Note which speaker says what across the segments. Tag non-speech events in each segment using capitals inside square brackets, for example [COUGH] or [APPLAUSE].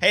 Speaker 1: Hey,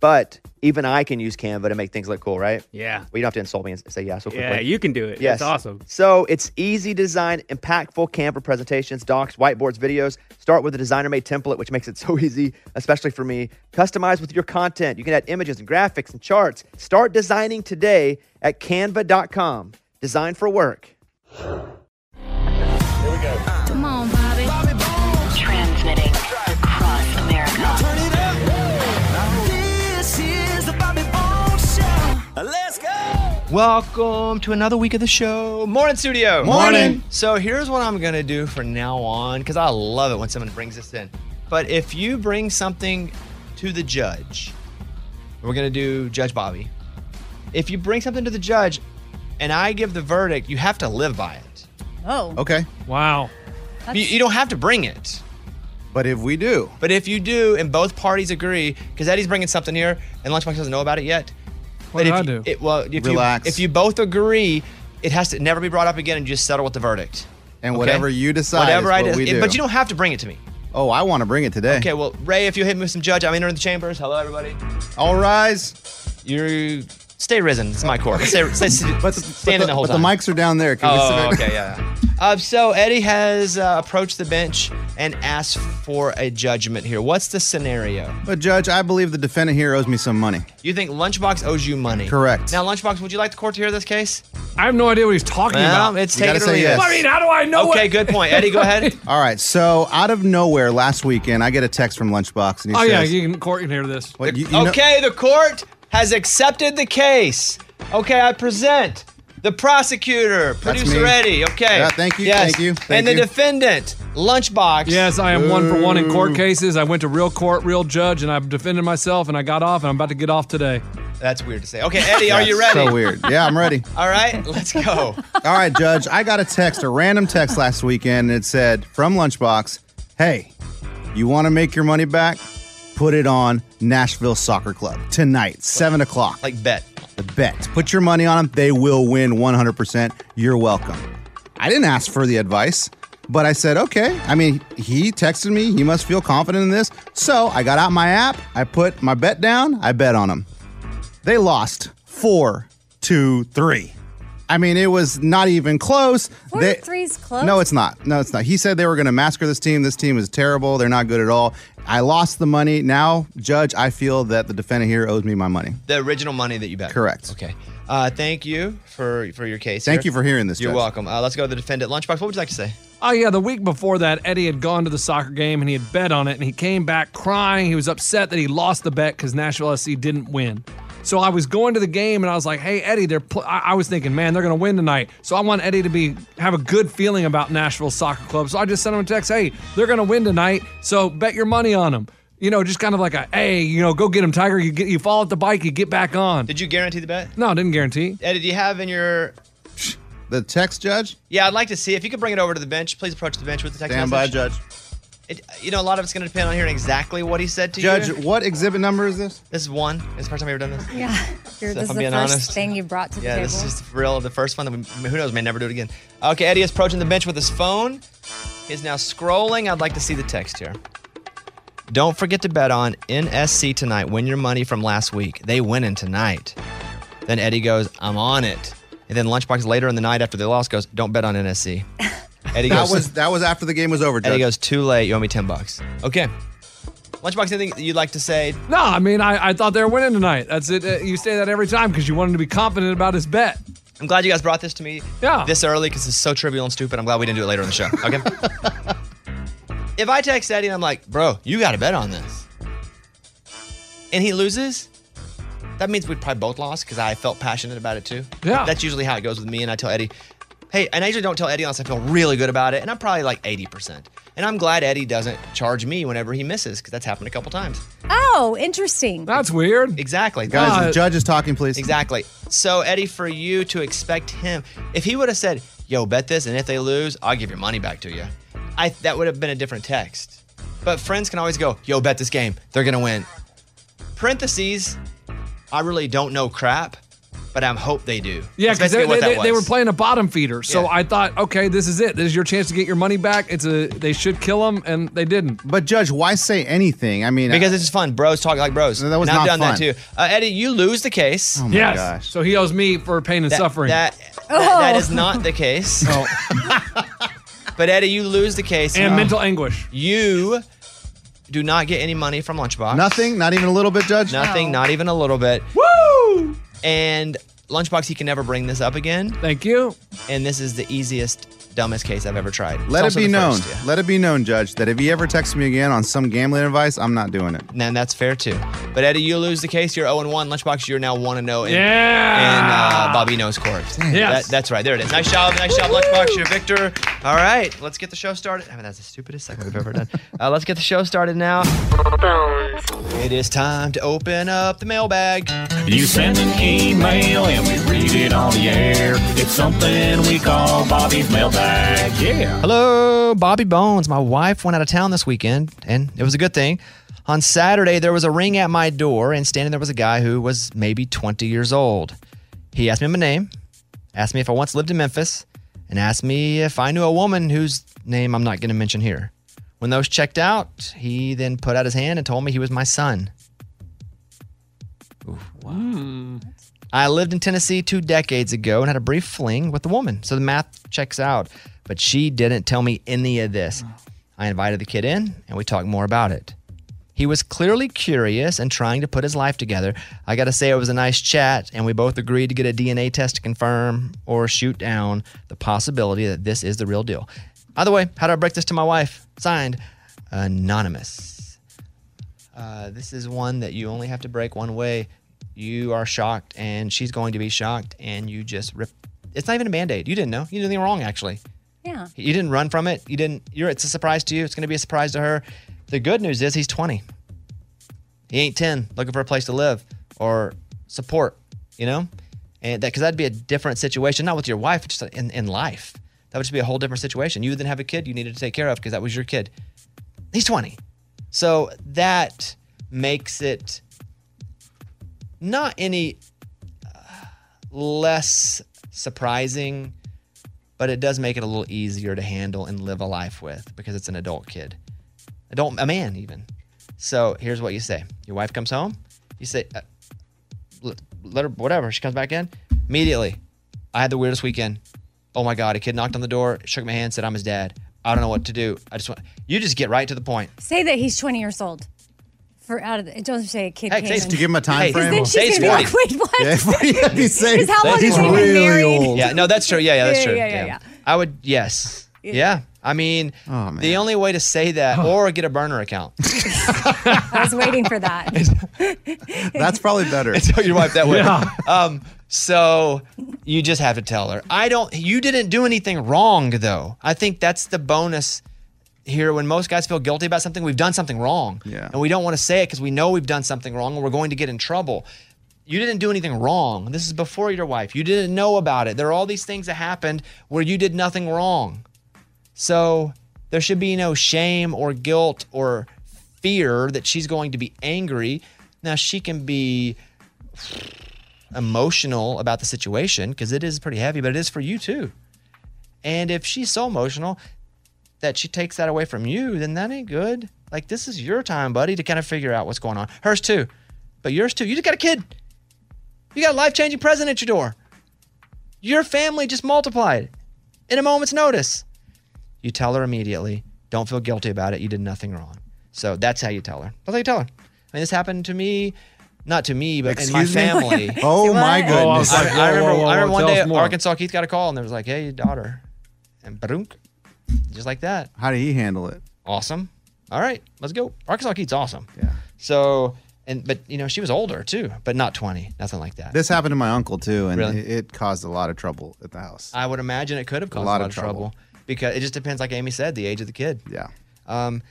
Speaker 1: But even I can use Canva to make things look cool, right?
Speaker 2: Yeah.
Speaker 1: Well, you don't have to insult me and say yeah so quickly.
Speaker 2: Yeah, you can do it.
Speaker 1: Yes.
Speaker 2: It's awesome.
Speaker 1: So it's easy design, impactful Canva presentations, docs, whiteboards, videos. Start with a designer made template, which makes it [LAUGHS] so easy, especially for me. Customize with your content. You can add images and graphics and charts. Start designing today at canva.com. Design for work.
Speaker 3: Come on, Bobby.
Speaker 4: Transmitting across America.
Speaker 5: Turn it up. This is the Bobby Bones Show. Let's go.
Speaker 1: Welcome to another week of the show. Morning, studio.
Speaker 6: Morning.
Speaker 1: So here's what I'm going to do from now on because I love it when someone brings this in. But if you bring something to the judge, we're going to do Judge Bobby. If you bring something to the judge and I give the verdict, you have to live by it.
Speaker 6: Oh. Okay.
Speaker 2: Wow.
Speaker 1: You, you don't have to bring it.
Speaker 6: But if we do,
Speaker 1: But if you do and both parties agree, because Eddie's bringing something here and Lunchbox doesn't know about it yet. but
Speaker 7: What did
Speaker 1: if
Speaker 7: I
Speaker 1: you-
Speaker 7: do?
Speaker 1: It, well, if
Speaker 6: Relax.
Speaker 1: You, if you both agree, it has to never be brought up again and you just settle with the verdict.
Speaker 6: and
Speaker 1: Okay?
Speaker 6: whatever you decide,
Speaker 1: Whatever
Speaker 6: is
Speaker 1: I
Speaker 6: what
Speaker 1: de-
Speaker 6: we
Speaker 1: it-
Speaker 6: do.
Speaker 1: But you don't have to bring it to me.
Speaker 6: Oh, I want to bring it today.
Speaker 1: Okay, well, Ray, if you hit me with some judge, I'm entering the chambers. Hello, everybody.
Speaker 6: All rise.
Speaker 1: You stay risen. It's my court. Stay,
Speaker 6: [LAUGHS]
Speaker 1: stay, stay,
Speaker 6: But the,
Speaker 1: standing
Speaker 6: but the,
Speaker 1: the whole
Speaker 6: but
Speaker 1: time.
Speaker 6: the mics are down there. Can we sit
Speaker 1: Oh,
Speaker 6: back-
Speaker 1: okay, yeah. yeah. Uh, so Eddie has uh, approached the bench and asked for a judgment here. What's the scenario?
Speaker 6: But Judge, I believe the defendant here owes me some money.
Speaker 1: You think Lunchbox owes you money?
Speaker 6: Correct.
Speaker 1: Now, Lunchbox, would you like the court to hear this case?
Speaker 7: I have no idea what he's talking
Speaker 1: Well,
Speaker 7: about.
Speaker 1: it's
Speaker 6: You
Speaker 1: take
Speaker 6: gotta
Speaker 1: it or
Speaker 6: say
Speaker 1: leave
Speaker 6: yes.
Speaker 1: it.
Speaker 7: I mean, how do I know?
Speaker 1: Okay,
Speaker 7: it?
Speaker 1: good point. Eddie, go
Speaker 6: [LAUGHS]
Speaker 1: ahead.
Speaker 6: All right. So out of nowhere last weekend, I get a text from Lunchbox, and he
Speaker 7: Oh yeah,
Speaker 6: says,
Speaker 7: you can court can hear this.
Speaker 6: What, you- you know-
Speaker 1: okay, the court has accepted the case. Okay, I present the prosecutor, producer
Speaker 6: me.
Speaker 1: Eddie. Okay.
Speaker 6: Yeah, thank you,
Speaker 1: Yes.
Speaker 6: thank you,
Speaker 1: and
Speaker 6: thank
Speaker 1: the
Speaker 6: you.
Speaker 1: defendant, Lunchbox.
Speaker 7: Yes, I am one for one in court cases. I went to real court, real judge, and I've defended myself, and I got off, and I'm about to get off today.
Speaker 1: That's weird to say. Okay, Eddie, are you
Speaker 6: That's
Speaker 1: ready?
Speaker 6: So weird. Yeah, I'm ready.
Speaker 1: All right, let's go. [LAUGHS]
Speaker 6: All right, Judge, I got a text, a random text last weekend, and it said from Lunchbox, Hey, you want to make your money back? Put it on Nashville Soccer Club tonight, 7 o'clock.
Speaker 1: like, bet.
Speaker 6: the bet. Put your money on them. They will win 100%. You're welcome. I didn't ask for the advice, but I said, okay. I mean, he texted me. He must feel confident in this. So I got out my app. I put my bet down. I bet on them. They lost four, two, three. I mean, it was not even close.
Speaker 8: Four
Speaker 6: They-
Speaker 8: to three's close.
Speaker 6: no, it's not. No, it's not. He said they were going to massacre this team. This team is terrible. They're not good at all. I lost the money. Now, Judge, I feel that the defendant here owes me my money.
Speaker 1: The original money that you bet.
Speaker 6: Correct.
Speaker 1: Okay. Uh, thank you for for your case.
Speaker 6: Thank
Speaker 1: here.
Speaker 6: you for hearing this,
Speaker 1: You're
Speaker 6: Judge.
Speaker 1: welcome. Uh, let's go to the defendant. Lunchbox, what would you like to say?
Speaker 7: Oh yeah, the week before that, Eddie had gone to the soccer game and he had bet on it, and he came back crying. He was upset that he lost the bet because Nashville SC didn't win. So I was going to the game and I was like, "Hey Eddie, they're." Pl-, I-, I was thinking, man, they're going to win tonight. So I want Eddie to be have a good feeling about Nashville Soccer Club. So I just sent him a text, "Hey, they're going to win tonight. So bet your money on them." You know, just kind of like a, "Hey, you know, go get him, Tiger. You get you fall off the bike, you get back on."
Speaker 1: Did you guarantee the bet?
Speaker 7: no, didn't guarantee.
Speaker 1: Eddie, do you have in your.
Speaker 6: The text judge?
Speaker 1: Yeah, I'd like to see if you could bring it over to the bench. Please approach the bench with the text
Speaker 6: Stand by,
Speaker 1: message.
Speaker 6: Judge.
Speaker 1: It, you know, a lot of it's going to depend on hearing exactly what he said to
Speaker 6: Judge,
Speaker 1: you.
Speaker 6: what exhibit number is this?
Speaker 1: This is one. It's the first time I've ever done this.
Speaker 8: Yeah. You're,
Speaker 1: So if
Speaker 8: this
Speaker 1: I'm
Speaker 8: is the
Speaker 1: being
Speaker 8: first
Speaker 1: honest-
Speaker 8: thing you brought to the
Speaker 1: Yeah,
Speaker 8: table.
Speaker 1: this is real. The first one that we, who knows, may never do it again. Okay, Eddie is approaching the bench with his phone. He's now scrolling. I'd like to see the text here. Don't forget to bet on NSC tonight. Win your money from last week. They winning tonight. Then Eddie goes, I'm on it. And then Lunchbox later in the night after they lost goes, Don't bet on
Speaker 6: [LAUGHS]
Speaker 1: NSC. Eddie
Speaker 6: That
Speaker 1: goes,
Speaker 6: was that was after the game was over, Judge.
Speaker 1: Eddie goes, Too late. You owe me 10 bucks. Okay. Lunchbox, anything that you'd like to say?
Speaker 7: No, I mean, I, I thought they were winning tonight. That's it. Uh, you say that every time because you want him to be confident about his bet.
Speaker 1: I'm glad you guys brought this to me
Speaker 7: Yeah.
Speaker 1: this early because it's so trivial and stupid. I'm glad we didn't do it later in the show.
Speaker 7: [LAUGHS]
Speaker 1: Okay. if I text Eddie and I'm like, bro, you got to bet on this, and he loses, that means we'd probably both lost because I felt passionate about it too.
Speaker 7: Yeah.
Speaker 1: That's usually how it goes with me. And I tell Eddie, hey, and I usually don't tell Eddie unless I feel really good about it. And I'm probably like 80%. And I'm glad Eddie doesn't charge me whenever he misses because that's happened a couple times.
Speaker 8: oh, interesting.
Speaker 7: That's weird.
Speaker 1: Exactly.
Speaker 6: Guys,
Speaker 7: Uh,
Speaker 6: the judge is talking, please.
Speaker 1: Exactly. So Eddie, for you to expect him, if he would have said, "Yo, bet this," and if they lose, I'll give your money back to you, I that would have been a different text. But friends can always go, "Yo, bet this game. They're gonna win." Parentheses, I really don't know crap, but I'm hope they do.
Speaker 7: Yeah,
Speaker 1: That's
Speaker 7: because they,
Speaker 1: basically
Speaker 7: they,
Speaker 1: what that
Speaker 7: they- they were
Speaker 1: was.
Speaker 7: playing a bottom feeder. So
Speaker 1: Yeah.
Speaker 7: I thought, okay, this is it. This is your chance to get your money back. It's a they should kill him, and they didn't.
Speaker 1: Oh
Speaker 6: But Judge, why say anything? I mean, uh,
Speaker 1: because it's just fun. Bros talk like bros.
Speaker 6: No, that was
Speaker 1: and I've
Speaker 6: not
Speaker 1: done that
Speaker 6: fun.
Speaker 1: too. Uh, Eddie, you lose the case.
Speaker 6: oh my
Speaker 7: yes.
Speaker 6: gosh.
Speaker 7: So he owes me for pain and
Speaker 1: That-
Speaker 7: suffering.
Speaker 1: That, that- that is not the case.
Speaker 6: Oh.
Speaker 1: [LAUGHS] but Eddie, you lose the case.
Speaker 7: and mental anguish.
Speaker 1: You do not get any money from Lunchbox.
Speaker 6: Nothing, not even a little bit, Judge.
Speaker 1: Nothing, not even a little bit.
Speaker 7: Woo!
Speaker 1: And Lunchbox, he can never bring this up again.
Speaker 7: Thank you.
Speaker 1: And this is the easiest, dumbest case I've ever tried. It's
Speaker 6: Let it
Speaker 1: also
Speaker 6: be
Speaker 1: the
Speaker 6: known.
Speaker 1: first, yeah.
Speaker 6: Let it be known, Judge, that if he ever texts me again on some gambling advice, I'm not doing it. [LAUGHS]
Speaker 1: And that's fair too. But Eddie, you lose the case. You're 0 and 1. Lunchbox, you're now 1 and 0. In,
Speaker 7: Yeah.
Speaker 1: In uh, Bobby Knows Court.
Speaker 7: Yes.
Speaker 1: That- that's right. There it is. Nice job. Nice job, Lunchbox. You're victor. All right. Let's get the show started. I mean, that's the stupidest segment we've ever
Speaker 6: [LAUGHS]
Speaker 1: done. Uh, let's get the show started now.
Speaker 4: Bones.
Speaker 1: It is time to open up the mailbag.
Speaker 9: You send an email and we read it on the air. It's something we call Bobby's mailbag. Yeah.
Speaker 1: Hello, Bobby Bones. My wife went out of town this weekend, and it was a good thing. On Saturday, there was a ring at my door, and standing there was a guy who was maybe 20 years old. He asked me my name, asked me if I once lived in Memphis, and asked me if I knew a woman whose name I'm not going to mention here. When those checked out, he then put out his hand and told me he was my son. I lived in Tennessee two decades ago and had a brief fling with the woman. So the math checks out. But she didn't tell me any of this. I invited the kid in and we talked more about it. He was clearly curious and trying to put his life together. I got to say, it was a nice chat, and we both agreed to get a DNA test to confirm or shoot down the possibility that this is the real deal. Either way, how do I break this to my wife? Signed, Anonymous. Uh, this is one that you only have to break one way. You are shocked, and she's going to be shocked, and you just rip. It's not even a band aid. You didn't know. You did anything wrong, actually.
Speaker 8: yeah.
Speaker 1: You didn't run from it. You didn't. You're. It's a surprise to you. It's going to be a surprise to her. The good news is he's 20. He ain't 10, looking for a place to live or support. You know, and that because that'd be a different situation, not with your wife, just in in life. That would just be a whole different situation. You then have a kid you needed to take care of because that was your kid. He's 20, so that makes it not any uh, less surprising but it does make it a little easier to handle and live a life with because it's an adult kid, adult a man even. So here's what you say: Your wife comes home, you say, uh, l- "Let her whatever." She comes back in immediately. I had the weirdest weekend. Oh my god! A kid knocked on the door, shook my hand, said, "I'm his dad." I don't know what to do. I just want you just get right to the point.
Speaker 8: Say that he's 20 years old. For out of the, don't say a kid.
Speaker 1: Heck,
Speaker 8: came
Speaker 1: say-
Speaker 8: in.
Speaker 6: To give him a time
Speaker 1: Hey,
Speaker 6: frame.
Speaker 8: then
Speaker 1: Say
Speaker 8: she's
Speaker 1: it's
Speaker 8: gonna be
Speaker 1: 40.
Speaker 8: like, wait, what?
Speaker 6: yeah, for you to be safe.
Speaker 8: Because how long
Speaker 1: He's
Speaker 8: is he been
Speaker 6: really
Speaker 8: married?
Speaker 6: old.
Speaker 1: Yeah, no, that's true. Yeah, yeah, that's
Speaker 8: Yeah,
Speaker 1: true.
Speaker 8: yeah, yeah, yeah.
Speaker 1: I would yes. Yeah. I mean,
Speaker 6: Oh,
Speaker 1: the only way to say that or get a burner
Speaker 6: [LAUGHS]
Speaker 1: account.
Speaker 8: [LAUGHS] I was waiting for that.
Speaker 1: That's probably [LAUGHS] better. tell your wife that way. Um, so you just have to tell her. I don't. You didn't do anything wrong, though. I think that's the bonus here. When most guys feel guilty about something, we've done something wrong, yeah. and we don't want to say it because we know we've done something wrong and we're going to get in trouble. You didn't do anything wrong. This is before your wife. You didn't know about it. There are all these things that happened where you did nothing wrong. So there should be no shame or guilt or fear that she's going to be angry. Now she can be emotional about the situation because it is pretty heavy, but it is for you too. And if she's so emotional that she takes that away from you, then that ain't good. Like this is your time, buddy, to kind of figure out what's going on. Hers too, but yours too. You just got a kid. You got a life changing present at your door. Your family just multiplied in a moment's notice. You tell her immediately. Don't feel guilty about it. You did nothing wrong. So that's how you tell her. That's how you tell her. I mean, this happened to me, not to me, but in my
Speaker 6: Excuse me?
Speaker 1: family.
Speaker 6: [LAUGHS] Oh, my What?
Speaker 1: I-
Speaker 6: goodness.
Speaker 1: I,
Speaker 6: Whoa, whoa,
Speaker 1: remember,
Speaker 6: whoa,
Speaker 1: I
Speaker 6: whoa,
Speaker 1: remember one
Speaker 6: tell
Speaker 1: day
Speaker 6: us more.
Speaker 1: Arkansas Keith got a call and they was like, hey, your daughter. And brunk, just like that.
Speaker 6: How did he handle it?
Speaker 1: Awesome. All right, let's go. Arkansas Keith's awesome. Yeah. So, and but you know, she was older too, but not 20, nothing like that.
Speaker 6: This happened to my uncle too, and
Speaker 1: Really? Uh,
Speaker 6: it, it caused a lot of trouble at the house.
Speaker 1: I would imagine it could have caused a lot, of, trouble. because it just depends, like Amy said, the age of the kid.
Speaker 6: Yeah.
Speaker 1: Um,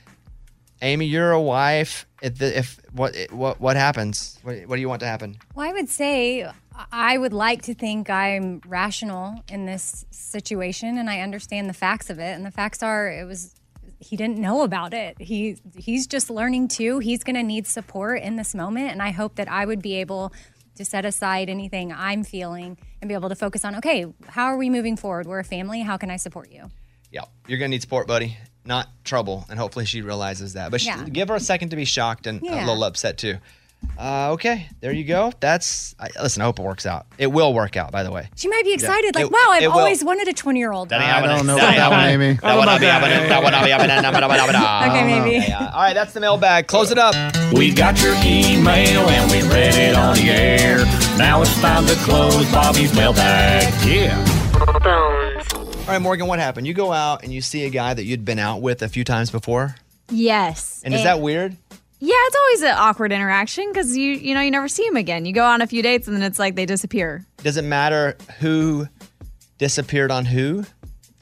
Speaker 1: Amy, you're a wife. If, the, if what what what happens? What, what do you want to happen?
Speaker 8: Well, I would say I would like to think I'm rational in this situation and I understand the facts of it. And the facts are it was he didn't know about it. He he's just learning too. He's gonna need support in this moment. And I hope that I would be able to set aside anything I'm feeling and be able to focus on, okay, how are we moving forward? We're a family, how can I support you?
Speaker 1: Yeah, you're gonna need support, buddy. Not trouble, and hopefully she realizes that. But she-
Speaker 8: Yeah.
Speaker 1: give her a second to be shocked and a
Speaker 8: Yeah.
Speaker 1: little upset too. Uh, okay, there you go. That's I, listen. I hope it works out. It will work out, by the way.
Speaker 8: She might be
Speaker 1: Yeah.
Speaker 8: excited, like,
Speaker 1: It-
Speaker 8: wow, I've
Speaker 1: it will.
Speaker 8: always wanted a 20 year old.
Speaker 1: That ain't happening. That ain't happening. That would not be happening. That would not be happening. That would not be happening.
Speaker 8: [LAUGHS] Okay, maybe.
Speaker 1: Yeah. All right, that's the mailbag. Close it up.
Speaker 9: We got your email and we read it on the air. Now it's time to close Bobby's mailbag. Yeah.
Speaker 1: All right, Morgan, what happened? You go out and you see a guy that you'd been out with a few times before,
Speaker 10: Yes.
Speaker 1: and is that weird?
Speaker 10: Yeah, it's always an awkward interaction because you you know you never see them again. You go on a few dates and then it's like they disappear.
Speaker 1: Does it matter who disappeared on who?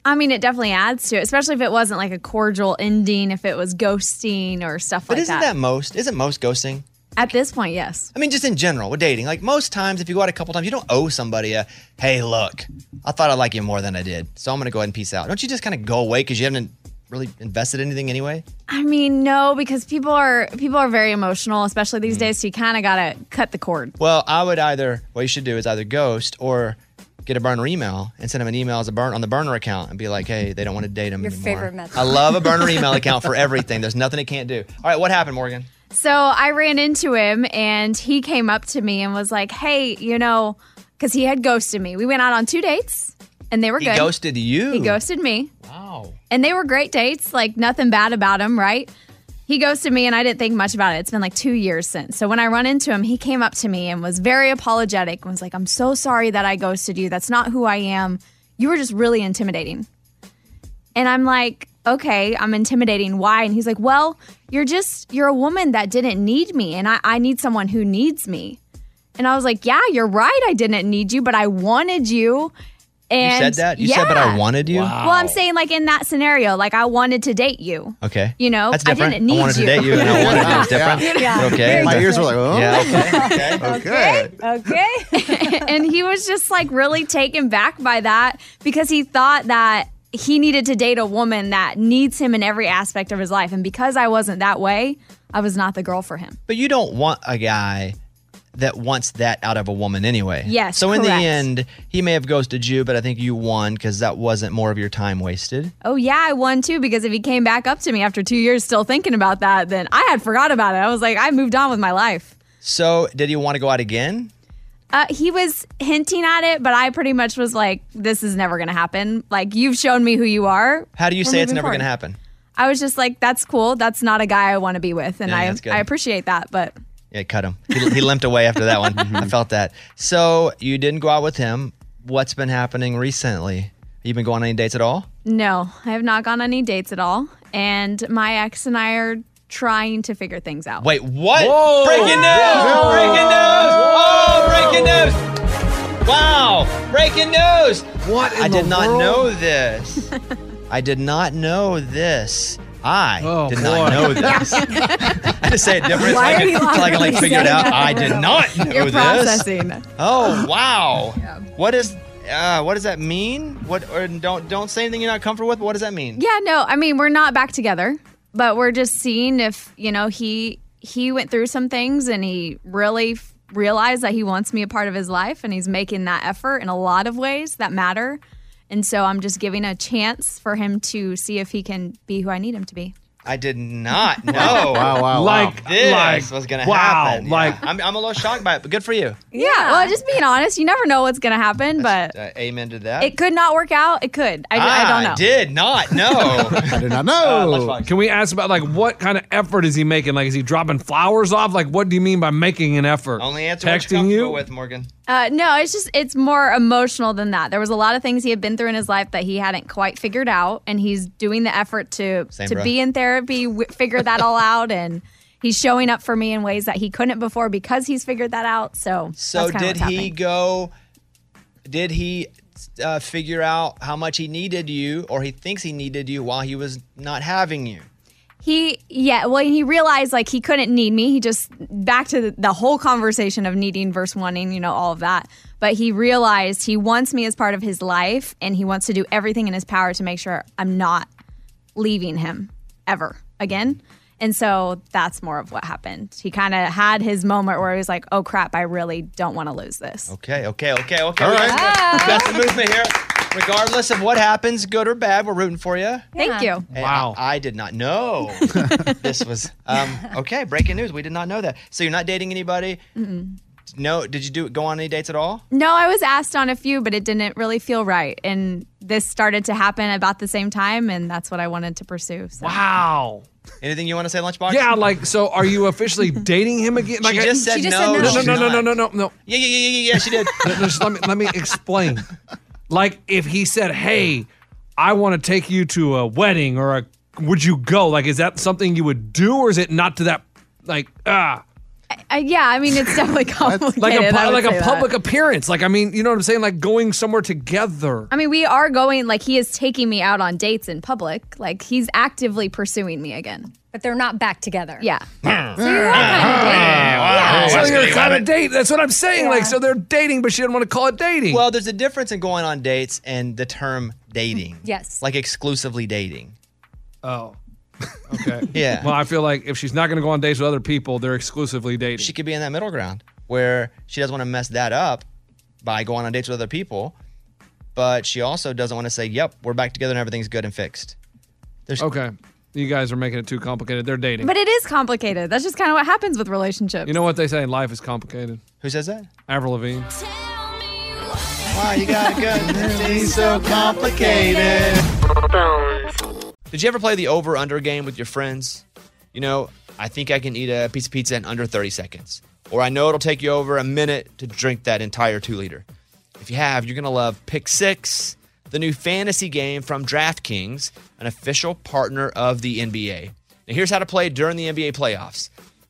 Speaker 10: I mean, it definitely adds to it, especially if it wasn't like a cordial ending, if it was ghosting or stuff
Speaker 1: But
Speaker 10: like
Speaker 1: isn't that most? Isn't most ghosting?
Speaker 10: At this point, yes.
Speaker 1: I mean, just in general with dating. Like most times, if you go out a couple times, you don't owe somebody a, hey, look, I thought I liked you more than I did. So I'm going to go ahead and peace out. Don't you just kind of go away because you haven't really invested anything anyway?
Speaker 10: I mean, no, because people are people are very emotional, especially
Speaker 1: Mm.
Speaker 10: these days. So you kind of gotta cut the cord.
Speaker 1: Well, I would either, what you should do is either ghost or get a burner email and send them an email as a burn on the burner account and be like, hey, they don't want to date them
Speaker 10: Your
Speaker 1: anymore.
Speaker 10: favorite method.
Speaker 1: I love
Speaker 10: [LAUGHS]
Speaker 1: a burner email account for everything. There's nothing it can't do. All right, what happened, Morgan?
Speaker 10: So I ran into him and he came up to me and was like, "Hey, you know, because he had ghosted me. We went out on two dates and they were
Speaker 1: He
Speaker 10: good.
Speaker 1: ghosted you.
Speaker 10: He ghosted me.
Speaker 1: Wow.
Speaker 10: And they were great dates. Like nothing bad about him, right? He ghosted me and I didn't think much about it. It's been like two years since. So when I run into him, he came up to me and was very apologetic and was like, I'm so sorry that I ghosted you. That's not who I am. You were just really intimidating. And I'm like, okay, I'm intimidating. Why? And he's like, well, you're just, you're a woman that didn't need me. And I, I need someone who needs me. And I was like, yeah, you're right. I didn't need you, but I wanted you. And
Speaker 1: you said that? You said, but I
Speaker 10: yeah.
Speaker 1: wanted you?
Speaker 10: Well, I'm saying like in that scenario, like I wanted to date you.
Speaker 1: Okay.
Speaker 10: You know,
Speaker 1: That's
Speaker 10: I
Speaker 1: different.
Speaker 10: didn't need
Speaker 1: wanted to
Speaker 10: you.
Speaker 1: date you and I wanted you. It's
Speaker 6: Yeah.
Speaker 1: different.
Speaker 10: [LAUGHS] Yeah.
Speaker 1: But Okay.
Speaker 6: My ears were like, oh.
Speaker 1: Yeah,
Speaker 10: [LAUGHS]
Speaker 1: okay.
Speaker 10: Okay.
Speaker 8: Okay.
Speaker 10: and he was just like really taken back by that because he thought that he needed to date a woman that needs him in every aspect of his life. And because I wasn't that way, I was not the girl for him.
Speaker 1: But you don't want a guy that wants that out of a woman anyway.
Speaker 10: Yes,
Speaker 1: So in
Speaker 10: correct.
Speaker 1: the end, he may have ghosted you, but I think you won because that wasn't more of your time wasted.
Speaker 10: Oh yeah, I won too because if he came back up to me after two years still thinking about that, then I had forgot about it. I was like, I moved on with my life.
Speaker 1: So did you want to go out again?
Speaker 10: Uh, he was hinting at it, but I pretty much was like, "This is never going to happen. Like you've shown me who you are."
Speaker 1: How do you
Speaker 10: We're
Speaker 1: say it's
Speaker 10: moving
Speaker 1: never going to
Speaker 10: forward.
Speaker 1: happen?
Speaker 10: I was just like, "That's cool. That's not a guy I want to be with," and
Speaker 1: Yeah, that's good.
Speaker 10: I I appreciate that, but
Speaker 1: Yeah, cut him. He, he limped away after that
Speaker 10: [LAUGHS]
Speaker 1: one. I felt that. So you didn't go out with him. What's been happening recently? You've been going on any dates at all?
Speaker 10: No, I have not gone on any dates at all. And my ex and I are trying to figure things out. [LAUGHS]
Speaker 1: Wait, what? Breaking news! Breaking news! Oh, breaking news! Wow! Breaking news! What? I did not know this. I did not know this. I did not know this. I just say it different so
Speaker 10: Why
Speaker 1: I
Speaker 10: are
Speaker 1: can,
Speaker 10: you
Speaker 1: so I can like
Speaker 10: laughing?
Speaker 1: figure it out.
Speaker 10: No, no,
Speaker 1: I
Speaker 10: no,
Speaker 1: did
Speaker 10: no.
Speaker 1: not know
Speaker 10: You're
Speaker 1: this. [LAUGHS]
Speaker 10: processing.
Speaker 1: Oh wow! What is? Uh, what does that mean? What? Or don't don't say anything you're not comfortable with. But what does that mean?
Speaker 10: Yeah, no, I mean we're not back together, but we're just seeing if you know he he went through some things and he really f- realized that he wants me a part of his life and he's making that effort in a lot of ways that matter, and so I'm just giving a chance for him to see if he can be who I need him to be.
Speaker 1: I did not know. wow,
Speaker 6: wow, wow.
Speaker 7: Like-
Speaker 1: this
Speaker 7: like,
Speaker 1: was gonna
Speaker 7: wow,
Speaker 1: happen. Yeah.
Speaker 7: like-
Speaker 1: I'm, I'm a little shocked by it, but good for you.
Speaker 10: Yeah, well, just being honest, you never know what's gonna happen, but
Speaker 1: Uh, amen to that.
Speaker 10: it could not work out. It could. I, I don't know.
Speaker 1: Ah, did not
Speaker 7: [LAUGHS]
Speaker 1: Uh, know.
Speaker 6: I did not
Speaker 1: Oh,
Speaker 7: know. Can we ask about like what kind of effort is he making? Like, is he dropping flowers off? Like, what do you mean by making an effort?
Speaker 1: Only answer what you're
Speaker 7: texting
Speaker 1: comfortable
Speaker 7: you.
Speaker 1: with, Morgan.
Speaker 10: Uh, no, it's just it's more emotional than that. There was a lot of things he had been through in his life that he hadn't quite figured out, and he's doing the effort to
Speaker 1: Same,
Speaker 10: to
Speaker 1: bro.
Speaker 10: be in therapy, w- figure that all out, and he's showing up for me in ways that he couldn't before because he's figured that out. So,
Speaker 1: So
Speaker 10: that's kinda
Speaker 1: did
Speaker 10: what's
Speaker 1: he
Speaker 10: happening.
Speaker 1: go? Did he uh, figure out how much he needed you, or he thinks he needed you while he was not having you?
Speaker 10: He yeah. Well, he realized like he couldn't need me. He just back to the, the whole conversation of needing versus wanting, you know, all of that. But he realized he wants me as part of his life, and he wants to do everything in his power to make sure I'm not leaving him ever again. And so that's more of what happened. He kind of had his moment where he was like, "Oh crap, I really don't want to lose this."
Speaker 1: Okay, okay, okay, okay.
Speaker 10: All
Speaker 1: We got
Speaker 10: right.
Speaker 1: some-
Speaker 10: Ah.
Speaker 1: we got some movement here. Regardless of what happens, good or bad, we're rooting for you.
Speaker 10: Thank you.
Speaker 1: wow. I, I did not
Speaker 7: [LAUGHS]
Speaker 1: know this was. Um, okay, breaking news. We did not know that. So you're not dating anybody.
Speaker 10: Mm-mm.
Speaker 1: No, did you do go on any dates at all?
Speaker 10: No, I was asked on a few, but it didn't really feel right. And this started to happen about the same time, and that's what I wanted to pursue. So.
Speaker 7: Wow.
Speaker 1: Anything you want to say, Lunchbox?
Speaker 7: Yeah, like so. Are you officially dating him again? Like,
Speaker 1: She
Speaker 7: I-
Speaker 1: just said She just no, said no.
Speaker 7: Oh, No, no, no,
Speaker 1: she's
Speaker 7: no, no, no, no.
Speaker 1: Yeah, yeah, yeah, yeah, yeah. She did. [LAUGHS]
Speaker 7: just let me let me explain. Like, if he said, "Hey, I want to take you to a wedding," or a, would you go? Like, is that something you would do, or is it not to that? Like, ah,
Speaker 10: I, Uh, yeah, I mean, it's
Speaker 8: [LAUGHS]
Speaker 10: definitely [LAUGHS] complicated.
Speaker 7: like a
Speaker 10: I
Speaker 7: pu-
Speaker 10: would
Speaker 7: like
Speaker 10: say
Speaker 7: a
Speaker 10: that.
Speaker 7: public appearance. Like, I mean, you know what I'm saying? Like going somewhere together.
Speaker 10: I mean, we are going. Like he is taking me out on dates in public. Like he's actively pursuing me again.
Speaker 8: But they're not back together. [LAUGHS]
Speaker 10: Yeah. Oh,
Speaker 1: wow.
Speaker 7: so
Speaker 1: Oh, That's
Speaker 7: you're
Speaker 1: gonna
Speaker 7: kind
Speaker 1: love
Speaker 7: of
Speaker 1: it.
Speaker 7: date. That's what I'm saying.
Speaker 1: Yeah.
Speaker 7: Like, so they're dating, but she didn't want to call it dating.
Speaker 1: Well, there's a difference in going on dates and the term dating.
Speaker 8: Yes.
Speaker 1: Like exclusively dating. [LAUGHS]
Speaker 7: Oh. Okay.
Speaker 1: Yeah.
Speaker 7: [LAUGHS] Well, I feel like if she's not going to go on dates with other people, they're exclusively dating.
Speaker 1: She could be in that middle ground where she doesn't want to mess that up by going on dates with other people, but she also doesn't want to say, yep, we're back together and everything's good and fixed.
Speaker 7: okay. You guys are making it too complicated. They're dating.
Speaker 10: But it is complicated. That's just kind of what happens with relationships.
Speaker 7: you know what they say? Life is complicated.
Speaker 1: Who says that?
Speaker 7: Avril Lavigne.
Speaker 1: Why you got good so complicated? Did you ever play the over under game with your friends? You know, I think I can eat a piece of pizza in under 30 seconds. Or I know it'll take you over a minute to drink that entire two liter. If you have, you're going to love Pick Six, the new fantasy game from DraftKings, an official partner of the NBA. Now, here's how to play during the NBA playoffs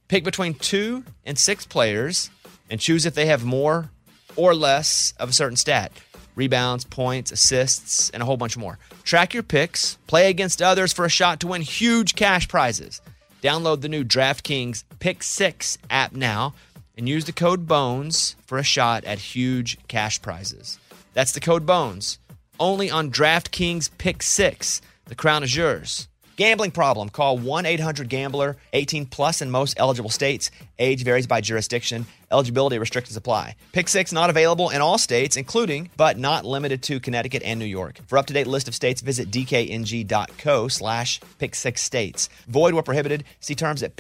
Speaker 1: pick between two and six players and choose if they have more or less of a certain stat rebounds, points, assists, and a whole bunch more. Track your picks, play against others for a shot to win huge cash prizes. Download the new DraftKings Pick 6 app now and use the code BONES for a shot at huge cash prizes. That's the code BONES. Only on DraftKings Pick 6. The crown is yours. Gambling problem? Call 1-800-GAMBLER. 18 plus in most eligible states. Age varies by jurisdiction. Eligibility restrictions apply. Pick 6 not available in all states including but not limited to Connecticut and New York. For up-to-date list of states visit dkng.co slash pick 6 states. Void where prohibited. See terms at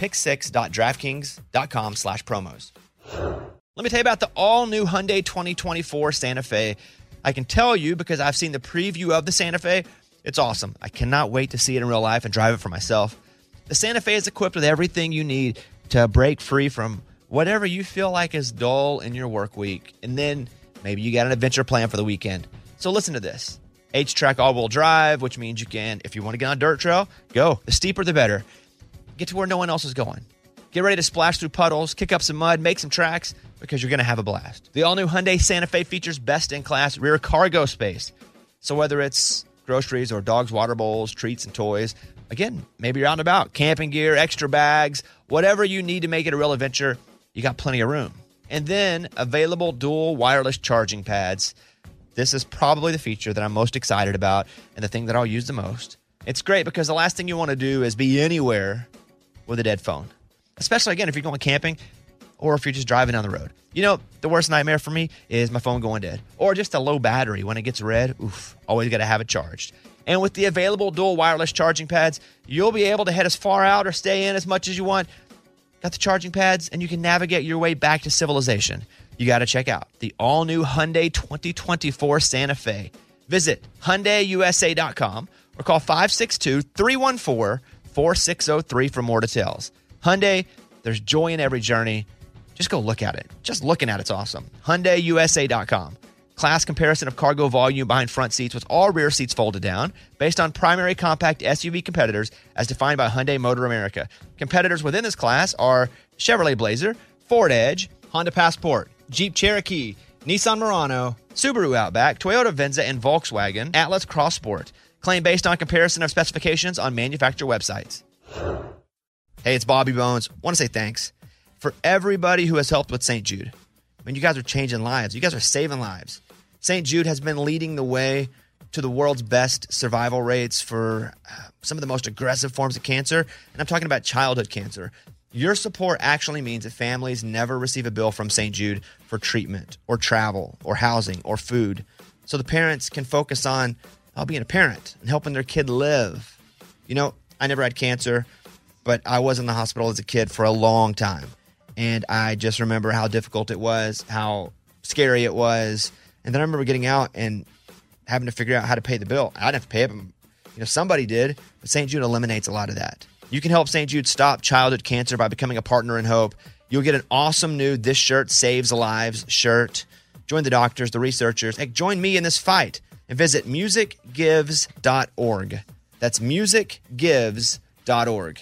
Speaker 1: pick6.draftkings.com slash promos. Let me tell you about the all new Hyundai 2024 Santa Fe. I can tell you because I've seen the preview of the Santa Fe. It's awesome. I cannot wait to see it in real life and drive it for myself. The Santa Fe is equipped with everything you need to break free from whatever you feel like is dull in your work week. And then maybe you got an adventure plan for the weekend. So listen to this H track all wheel drive, which means you can, if you want to get on a dirt trail, go. The steeper, the better. Get to where no one else is going. Get ready to splash through puddles, kick up some mud, make some tracks because you're going to have a blast. The all new Hyundai Santa Fe features best in class rear cargo space. So whether it's groceries or dogs' water bowls, treats, and toys, again, maybe you're out and about, camping gear, extra bags, whatever you need to make it a real adventure, you got plenty of room. And then available dual wireless charging pads. This is probably the feature that I'm most excited about and the thing that I'll use the most. It's great because the last thing you want to do is be anywhere with a dead phone, especially again if you're going camping or if you're just driving down the road. You know, the worst nightmare for me is my phone going dead or just a low battery when it gets red. Oof, always got to have it charged. And with the available dual wireless charging pads, you'll be able to head as far out or stay in as much as you want. Got the charging pads, and you can navigate your way back to civilization. You got to check out the all new Hyundai 2024 Santa Fe. Visit HyundaiUSA.com or call 562 314 4603 for more details. Hyundai, there's joy in every journey. Just go look at it. Just looking at it's awesome. HyundaiUSA.com. Class comparison of cargo volume behind front seats with all rear seats folded down based on primary compact SUV competitors as defined by Hyundai Motor America. Competitors within this class are Chevrolet Blazer, Ford Edge, Honda Passport, Jeep Cherokee, Nissan Murano, Subaru Outback, Toyota Venza, and Volkswagen Atlas Cross Sport. Claim based on comparison of specifications on manufacturer websites. Hey, it's Bobby Bones. Want to say thanks for everybody who has helped with St. Jude. I mean, you guys are changing lives. You guys are saving lives. St. Jude has been leading the way to the world's best survival rates for uh, some of the most aggressive forms of cancer, and I'm talking about childhood cancer. Your support actually means that families never receive a bill from St. Jude for treatment or travel or housing or food. So the parents can focus on oh, being a parent and helping their kid live. You know, I never had cancer but I was in the hospital as a kid for a long time. And I just remember how difficult it was, how scary it was. And then I remember getting out and having to figure out how to pay the bill. I didn't have to pay it, but you know, somebody did. But St. Jude eliminates a lot of that. You can help St. Jude stop childhood cancer by becoming a partner in hope. You'll get an awesome new This Shirt Saves Lives shirt. Join the doctors, the researchers. Hey, join me in this fight and visit musicgives.org. That's musicgives.org.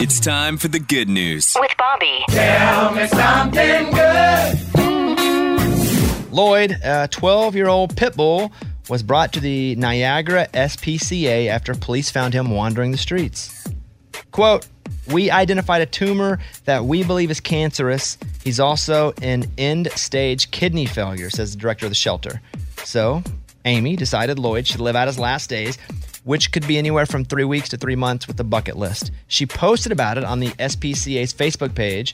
Speaker 11: It's time for the good news.
Speaker 4: With Bobby.
Speaker 5: Tell me something good.
Speaker 1: Lloyd, a 12 year old pit bull, was brought to the Niagara SPCA after police found him wandering the streets. Quote, we identified a tumor that we believe is cancerous. He's also in end stage kidney failure, says the director of the shelter. So, Amy decided Lloyd should live out his last days, which could be anywhere from three weeks to three months with a bucket list. She posted about it on the SPCA's Facebook page,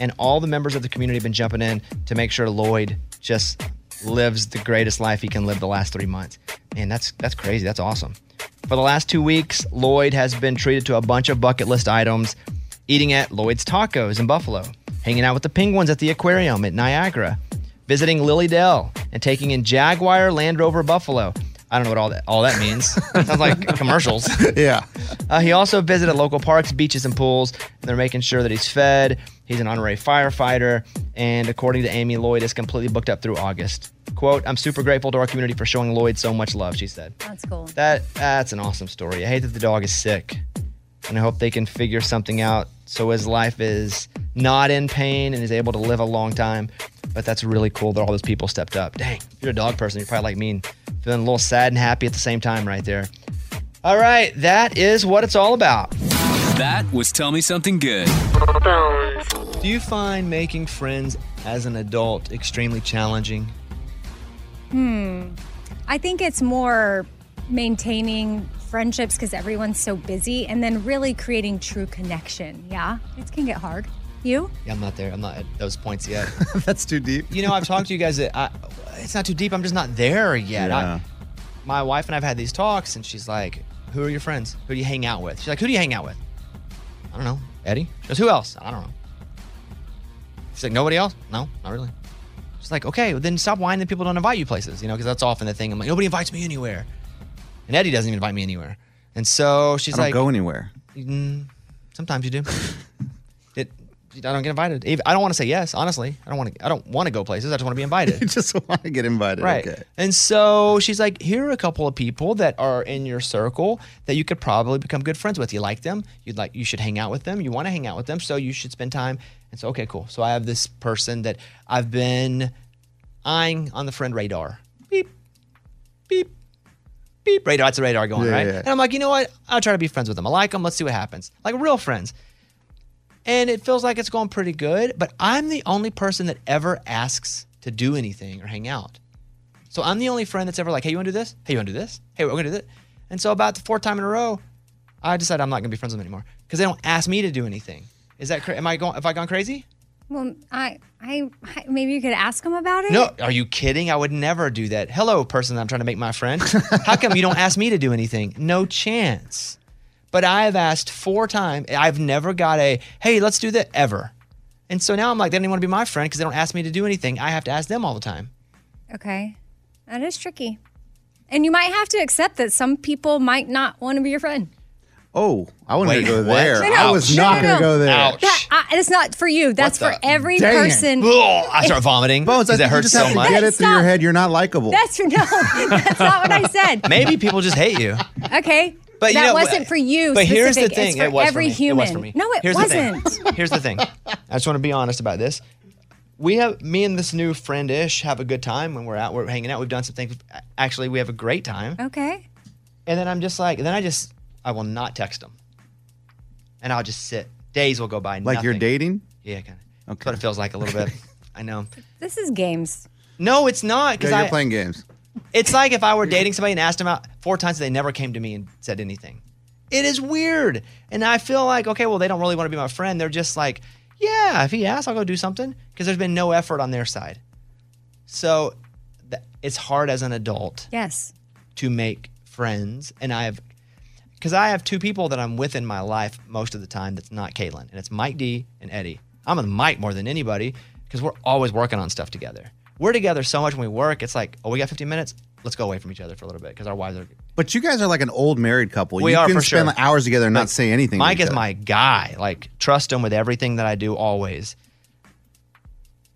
Speaker 1: and all the members of the community have been jumping in to make sure Lloyd just lives the greatest life he can live the last three months. Man, that's that's crazy. That's awesome. For the last two weeks, Lloyd has been treated to a bunch of bucket list items, eating at Lloyd's Tacos in Buffalo, hanging out with the penguins at the aquarium at Niagara, visiting Lily Dell, and taking in Jaguar Land Rover Buffalo. I don't know what all that all that means. Sounds like commercials. [LAUGHS]
Speaker 6: Yeah.
Speaker 1: Uh, he also visited local parks, beaches, and pools. And they're making sure that he's fed. He's an honorary firefighter, and according to Amy, Lloyd is completely booked up through August. "Quote: I'm super grateful to our community for showing Lloyd so much love," she said.
Speaker 8: That's cool.
Speaker 1: That that's an awesome story. I hate that the dog is sick, and I hope they can figure something out so his life is not in pain and is able to live a long time. But that's really cool that all those people stepped up. Dang, if you're a dog person, you're probably like me, and feeling a little sad and happy at the same time, right there. All right, that is what it's all about.
Speaker 11: That was Tell Me Something Good.
Speaker 1: Do you find making friends as an adult extremely challenging?
Speaker 8: Hmm. I think it's more maintaining friendships because everyone's so busy and then really creating true connection. Yeah, it can get hard. You?
Speaker 1: Yeah, I'm not there. I'm not at those points yet.
Speaker 6: That's too deep.
Speaker 1: You know, I've talked to you guys that I, it's not too deep. I'm just not there yet. I-
Speaker 6: Yeah.
Speaker 1: my wife and I've had these talks, and she's like, "Who are your friends? Who do you hang out with?" She's like, "Who do you hang out with?" I don't know. Eddie. She goes, "Who else?" I don't know. She's like, "Nobody else?" No, not really. She's like, "Okay, well, then stop whining that people don't invite you places, you know, because that's often the thing. I'm like, nobody invites me anywhere, and Eddie doesn't even invite me anywhere, and so she's
Speaker 6: I don't
Speaker 1: like,
Speaker 6: go anywhere.
Speaker 1: Mm, sometimes you do. it, I don't get invited. Even- I don't want to say yes. Honestly, I don't want to. I don't want to go places. I just want to be
Speaker 6: [LAUGHS]
Speaker 1: invited.
Speaker 6: [LAUGHS] you just want to get invited.
Speaker 1: right?
Speaker 6: Okay.
Speaker 1: And so she's like, "Here are a couple of people that are in your circle that you could probably become good friends with. You like them. You'd like. You should hang out with them. You want to hang out with them. So you should spend time." And so, okay, cool. So I have this person that I've been eyeing on the friend radar. Beep, beep, beep. Radar. That's a radar going
Speaker 5: Yeah,
Speaker 1: right.
Speaker 5: yeah.
Speaker 1: And I'm like, you know what? I'll try to be friends with them. I like them. Let's see what happens. Like real friends. And it feels like it's going pretty good, but I'm the only person that ever asks to do anything or hang out. So I'm the only friend that's ever like, hey, you want to do this? Hey, you want to do this? Hey, we're going to do this. And so about the fourth time in a row, I decide I'm not going to be friends with them anymore because they don't ask me to do anything. Is that cra- am I going? Have I gone crazy?
Speaker 8: Well, I, I, I- maybe you could ask him about it.
Speaker 1: No, [LAUGHS] are you kidding? I would never do that. Hello, person that I'm trying to make my friend. How come you don't ask me to do anything? No chance. But I have asked four times. I've never got a hey, let's do that ever. And so now I'm like, they don't even want to be my friend because they don't ask me to do anything. I have to ask them all the time.
Speaker 8: Okay, that is tricky, and you might have to accept that some people might not want to be your friend.
Speaker 6: Oh, I wasn't
Speaker 1: Wait,
Speaker 6: gonna go
Speaker 1: what?
Speaker 6: there.
Speaker 1: No, no,
Speaker 6: I was
Speaker 1: no,
Speaker 6: not
Speaker 1: no,
Speaker 6: gonna
Speaker 1: no.
Speaker 6: go there.
Speaker 1: Ouch.
Speaker 8: That, I, it's not for you. That's for every
Speaker 6: Dang.
Speaker 8: person.
Speaker 1: Ugh, I start vomiting
Speaker 6: Bones, I
Speaker 1: because it
Speaker 6: think you
Speaker 1: hurts
Speaker 6: just have
Speaker 1: so
Speaker 6: to
Speaker 1: much.
Speaker 6: Get it through your head. You're not likable.
Speaker 8: That's [LAUGHS] no. That's not what I said.
Speaker 1: Maybe people just hate you.
Speaker 8: Okay.
Speaker 1: But you
Speaker 8: that
Speaker 1: know,
Speaker 8: wasn't for you.
Speaker 1: But here's the
Speaker 8: specific.
Speaker 1: thing:
Speaker 8: It's for
Speaker 1: it was
Speaker 8: every
Speaker 1: for me. It
Speaker 8: human.
Speaker 1: was for me.
Speaker 8: No, it
Speaker 1: Here's
Speaker 8: wasn't.
Speaker 1: The thing. [LAUGHS] Here's the thing. I just want to be honest about this. We have me and this new friend ish have a good time when we're out. We're hanging out. We've done some things. Actually, we have a great time.
Speaker 8: Okay.
Speaker 1: And then I'm just like, then I just, I will not text them, and I'll just sit. Days will go by.
Speaker 6: Like you're
Speaker 1: nothing.
Speaker 6: dating?
Speaker 1: Yeah, kind of. That's what it feels like a little
Speaker 6: [LAUGHS]
Speaker 1: bit. I know.
Speaker 8: This is games.
Speaker 1: No, it's not. Because
Speaker 6: Yeah,
Speaker 1: I,
Speaker 6: you're playing games.
Speaker 1: It's like if I were dating somebody and asked them out four times, they never came to me and said anything. It is weird. And I feel like, okay, well, they don't really want to be my friend. They're just like, yeah, if he asks, I'll go do something because there's been no effort on their side. So th- it's hard as an adult
Speaker 8: Yes.
Speaker 1: to make friends. And I have, because I have two people that I'm with in my life most of the time that's not Caitlin, and it's Mike D and Eddie. I'm with Mike more than anybody because we're always working on stuff together. We're together so much when we work, it's like, oh, we got 15 minutes? Let's go away from each other for a little bit because our wives are.
Speaker 6: But you guys are like an old married couple.
Speaker 1: We
Speaker 6: you
Speaker 1: are
Speaker 6: can
Speaker 1: for
Speaker 6: spend
Speaker 1: sure.
Speaker 6: like hours together and
Speaker 1: Like,
Speaker 6: not say anything. to
Speaker 1: Mike
Speaker 6: each
Speaker 1: is
Speaker 6: other.
Speaker 1: my guy. Like, trust him with everything that I do always.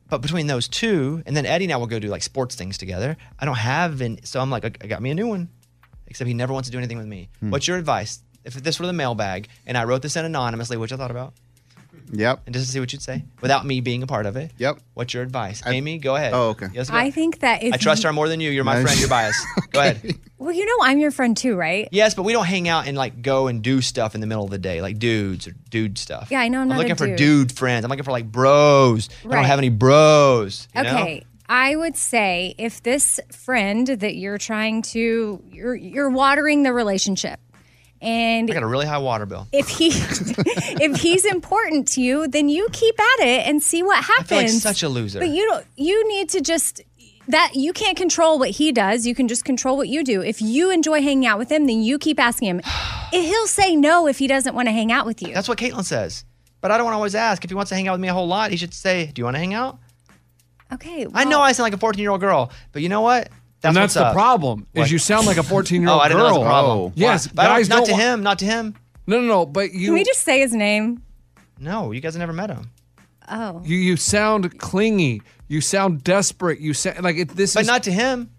Speaker 1: But between those two, and then Eddie and I will go do like sports things together. I don't have, and so I'm like, I I got me a new one. Except he never wants to do anything with me.
Speaker 6: Hmm.
Speaker 1: What's your advice? If this were the mailbag, and I wrote this in anonymously, which I thought about,
Speaker 6: Yep.
Speaker 1: and just to see what you'd say without me being a part of it. Yep. What's your advice, Amy? Go ahead. Oh, okay. Yes, go.
Speaker 8: I think that if
Speaker 1: I trust
Speaker 8: you-
Speaker 1: her more than you. You're my friend. You're biased. [LAUGHS] Go ahead.
Speaker 8: Well, you know, I'm your friend too, right?
Speaker 1: Yes, but we don't hang out and like go and do stuff in the middle of the day, like dudes or dude stuff.
Speaker 8: Yeah, I know. I'm,
Speaker 1: I'm,
Speaker 8: not a
Speaker 1: looking for
Speaker 8: dude.
Speaker 1: dude friends. I'm looking for like bros. I
Speaker 8: Right.
Speaker 1: don't have any bros. you know?
Speaker 8: Okay. I would say if this friend that you're trying to you're you're watering the relationship and
Speaker 1: I got a really high water bill. [LAUGHS]
Speaker 8: if he [LAUGHS] if he's important to you, then you keep at it and see what
Speaker 1: I feel like
Speaker 8: happens.
Speaker 1: such a loser.
Speaker 8: But you don't you need to just that you can't control what he does. You can just control what you do. If you enjoy hanging out with him, then you keep
Speaker 1: [SIGHS]
Speaker 8: asking him. He'll say no if he doesn't want to hang out with you.
Speaker 1: That's what Caitlin says. But I don't want to always ask. If he wants to hang out with me a whole lot, he should say, Do you want to hang out?
Speaker 8: Okay.
Speaker 1: I know I sound like a 14 year old girl, but you know what?
Speaker 7: and that's
Speaker 1: what's
Speaker 7: the
Speaker 1: up.
Speaker 7: problem is
Speaker 1: What?
Speaker 7: you sound like a 14 year
Speaker 1: Oh,
Speaker 7: old
Speaker 1: I didn't know
Speaker 7: girl.
Speaker 1: that was a problem. Why?
Speaker 7: Yes,
Speaker 1: But I don't-
Speaker 7: guys
Speaker 1: not
Speaker 7: don't
Speaker 1: to
Speaker 7: wa-
Speaker 1: him, not to him.
Speaker 7: No, no, no. But you
Speaker 8: Can we just say his name?
Speaker 1: No, you guys have never met him.
Speaker 8: Oh.
Speaker 7: you you sound clingy. You sound desperate. You sound like it, this. But
Speaker 1: not to him.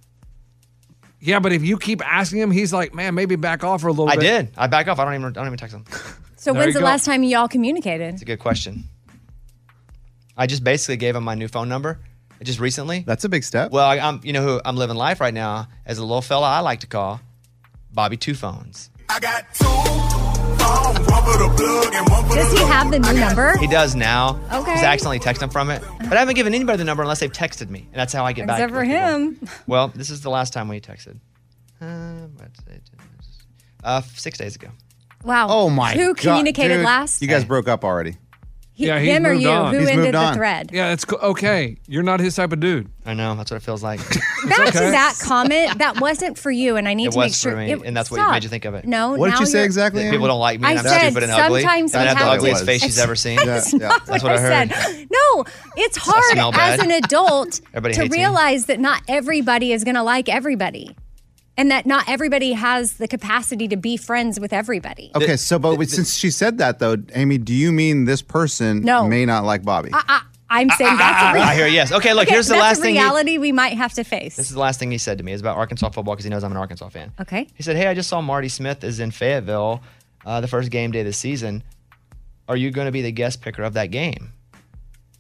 Speaker 7: Yeah, but if you keep asking him, he's like, man, maybe back off for a little
Speaker 1: I
Speaker 7: bit.
Speaker 1: did. I back off. I don't even. I don't even text him.
Speaker 8: So
Speaker 1: There
Speaker 8: when's
Speaker 1: you
Speaker 8: the
Speaker 1: go.
Speaker 8: last time y'all communicated?
Speaker 1: It's a good question. I just basically gave him my new phone number just recently.
Speaker 6: That's a big step.
Speaker 1: Well, I, I'm you know who I'm living life right now as a little fella I like to call Bobby Two Phones.
Speaker 8: Does he have the new number?
Speaker 1: He does now.
Speaker 8: Okay.
Speaker 1: Because I accidentally text him from it, but I haven't given anybody the number unless they've texted me, and that's how I get back.
Speaker 8: Except for him.
Speaker 1: Well, this is the last time we texted. Uh, what's it? Uh, six days ago.
Speaker 8: Wow.
Speaker 6: Oh my
Speaker 8: Who
Speaker 6: Oh God,
Speaker 1: Oh
Speaker 8: communicated
Speaker 6: dude.
Speaker 8: last?
Speaker 6: You guys broke up already.
Speaker 8: He- him or you? Who ended the thread?
Speaker 7: Yeah, it's co- okay. You're not his type of dude.
Speaker 1: I know. That's what it feels like.
Speaker 8: Back to that comment. That wasn't for you, and I need
Speaker 1: It
Speaker 8: to make
Speaker 1: was
Speaker 8: sure.
Speaker 1: for me,
Speaker 8: it-
Speaker 1: and that's what
Speaker 8: stop.
Speaker 1: made you think of it.
Speaker 8: No, now you're- [LAUGHS]
Speaker 1: That People don't like me, and
Speaker 8: I
Speaker 1: I'm
Speaker 8: said,
Speaker 1: stupid and ugly.
Speaker 8: Sometimes
Speaker 1: and I
Speaker 8: we
Speaker 1: have the
Speaker 8: have to-
Speaker 1: ugliest face
Speaker 8: [LAUGHS]
Speaker 1: she's ever seen.
Speaker 8: That's not
Speaker 1: That's
Speaker 8: what,
Speaker 1: I heard.
Speaker 8: said. [LAUGHS] No, it's
Speaker 1: smell
Speaker 8: hard as
Speaker 1: bad.
Speaker 8: an adult
Speaker 1: [LAUGHS] Everybody
Speaker 8: to
Speaker 1: hates me.
Speaker 8: realize that not everybody is going to like everybody, and that not everybody has the capacity to be friends with everybody.
Speaker 6: Okay, so but since she said that though, Amy, do you mean this person
Speaker 8: No.
Speaker 6: may not like Bobby?
Speaker 8: I, I, I'm saying that's a
Speaker 1: Ah,
Speaker 8: re-
Speaker 1: I hear yes. Okay, look,
Speaker 8: Okay,
Speaker 1: here's the
Speaker 8: that's
Speaker 1: last
Speaker 8: a
Speaker 1: thing. He,
Speaker 8: reality we might have to face.
Speaker 1: this is the last thing he said to me. It's about Arkansas football because he knows I'm an Arkansas fan.
Speaker 8: Okay.
Speaker 1: He said, "Hey, I just saw Marty Smith is in Fayetteville, uh, the first game day of the season. Are you going to be the guest picker of that game?"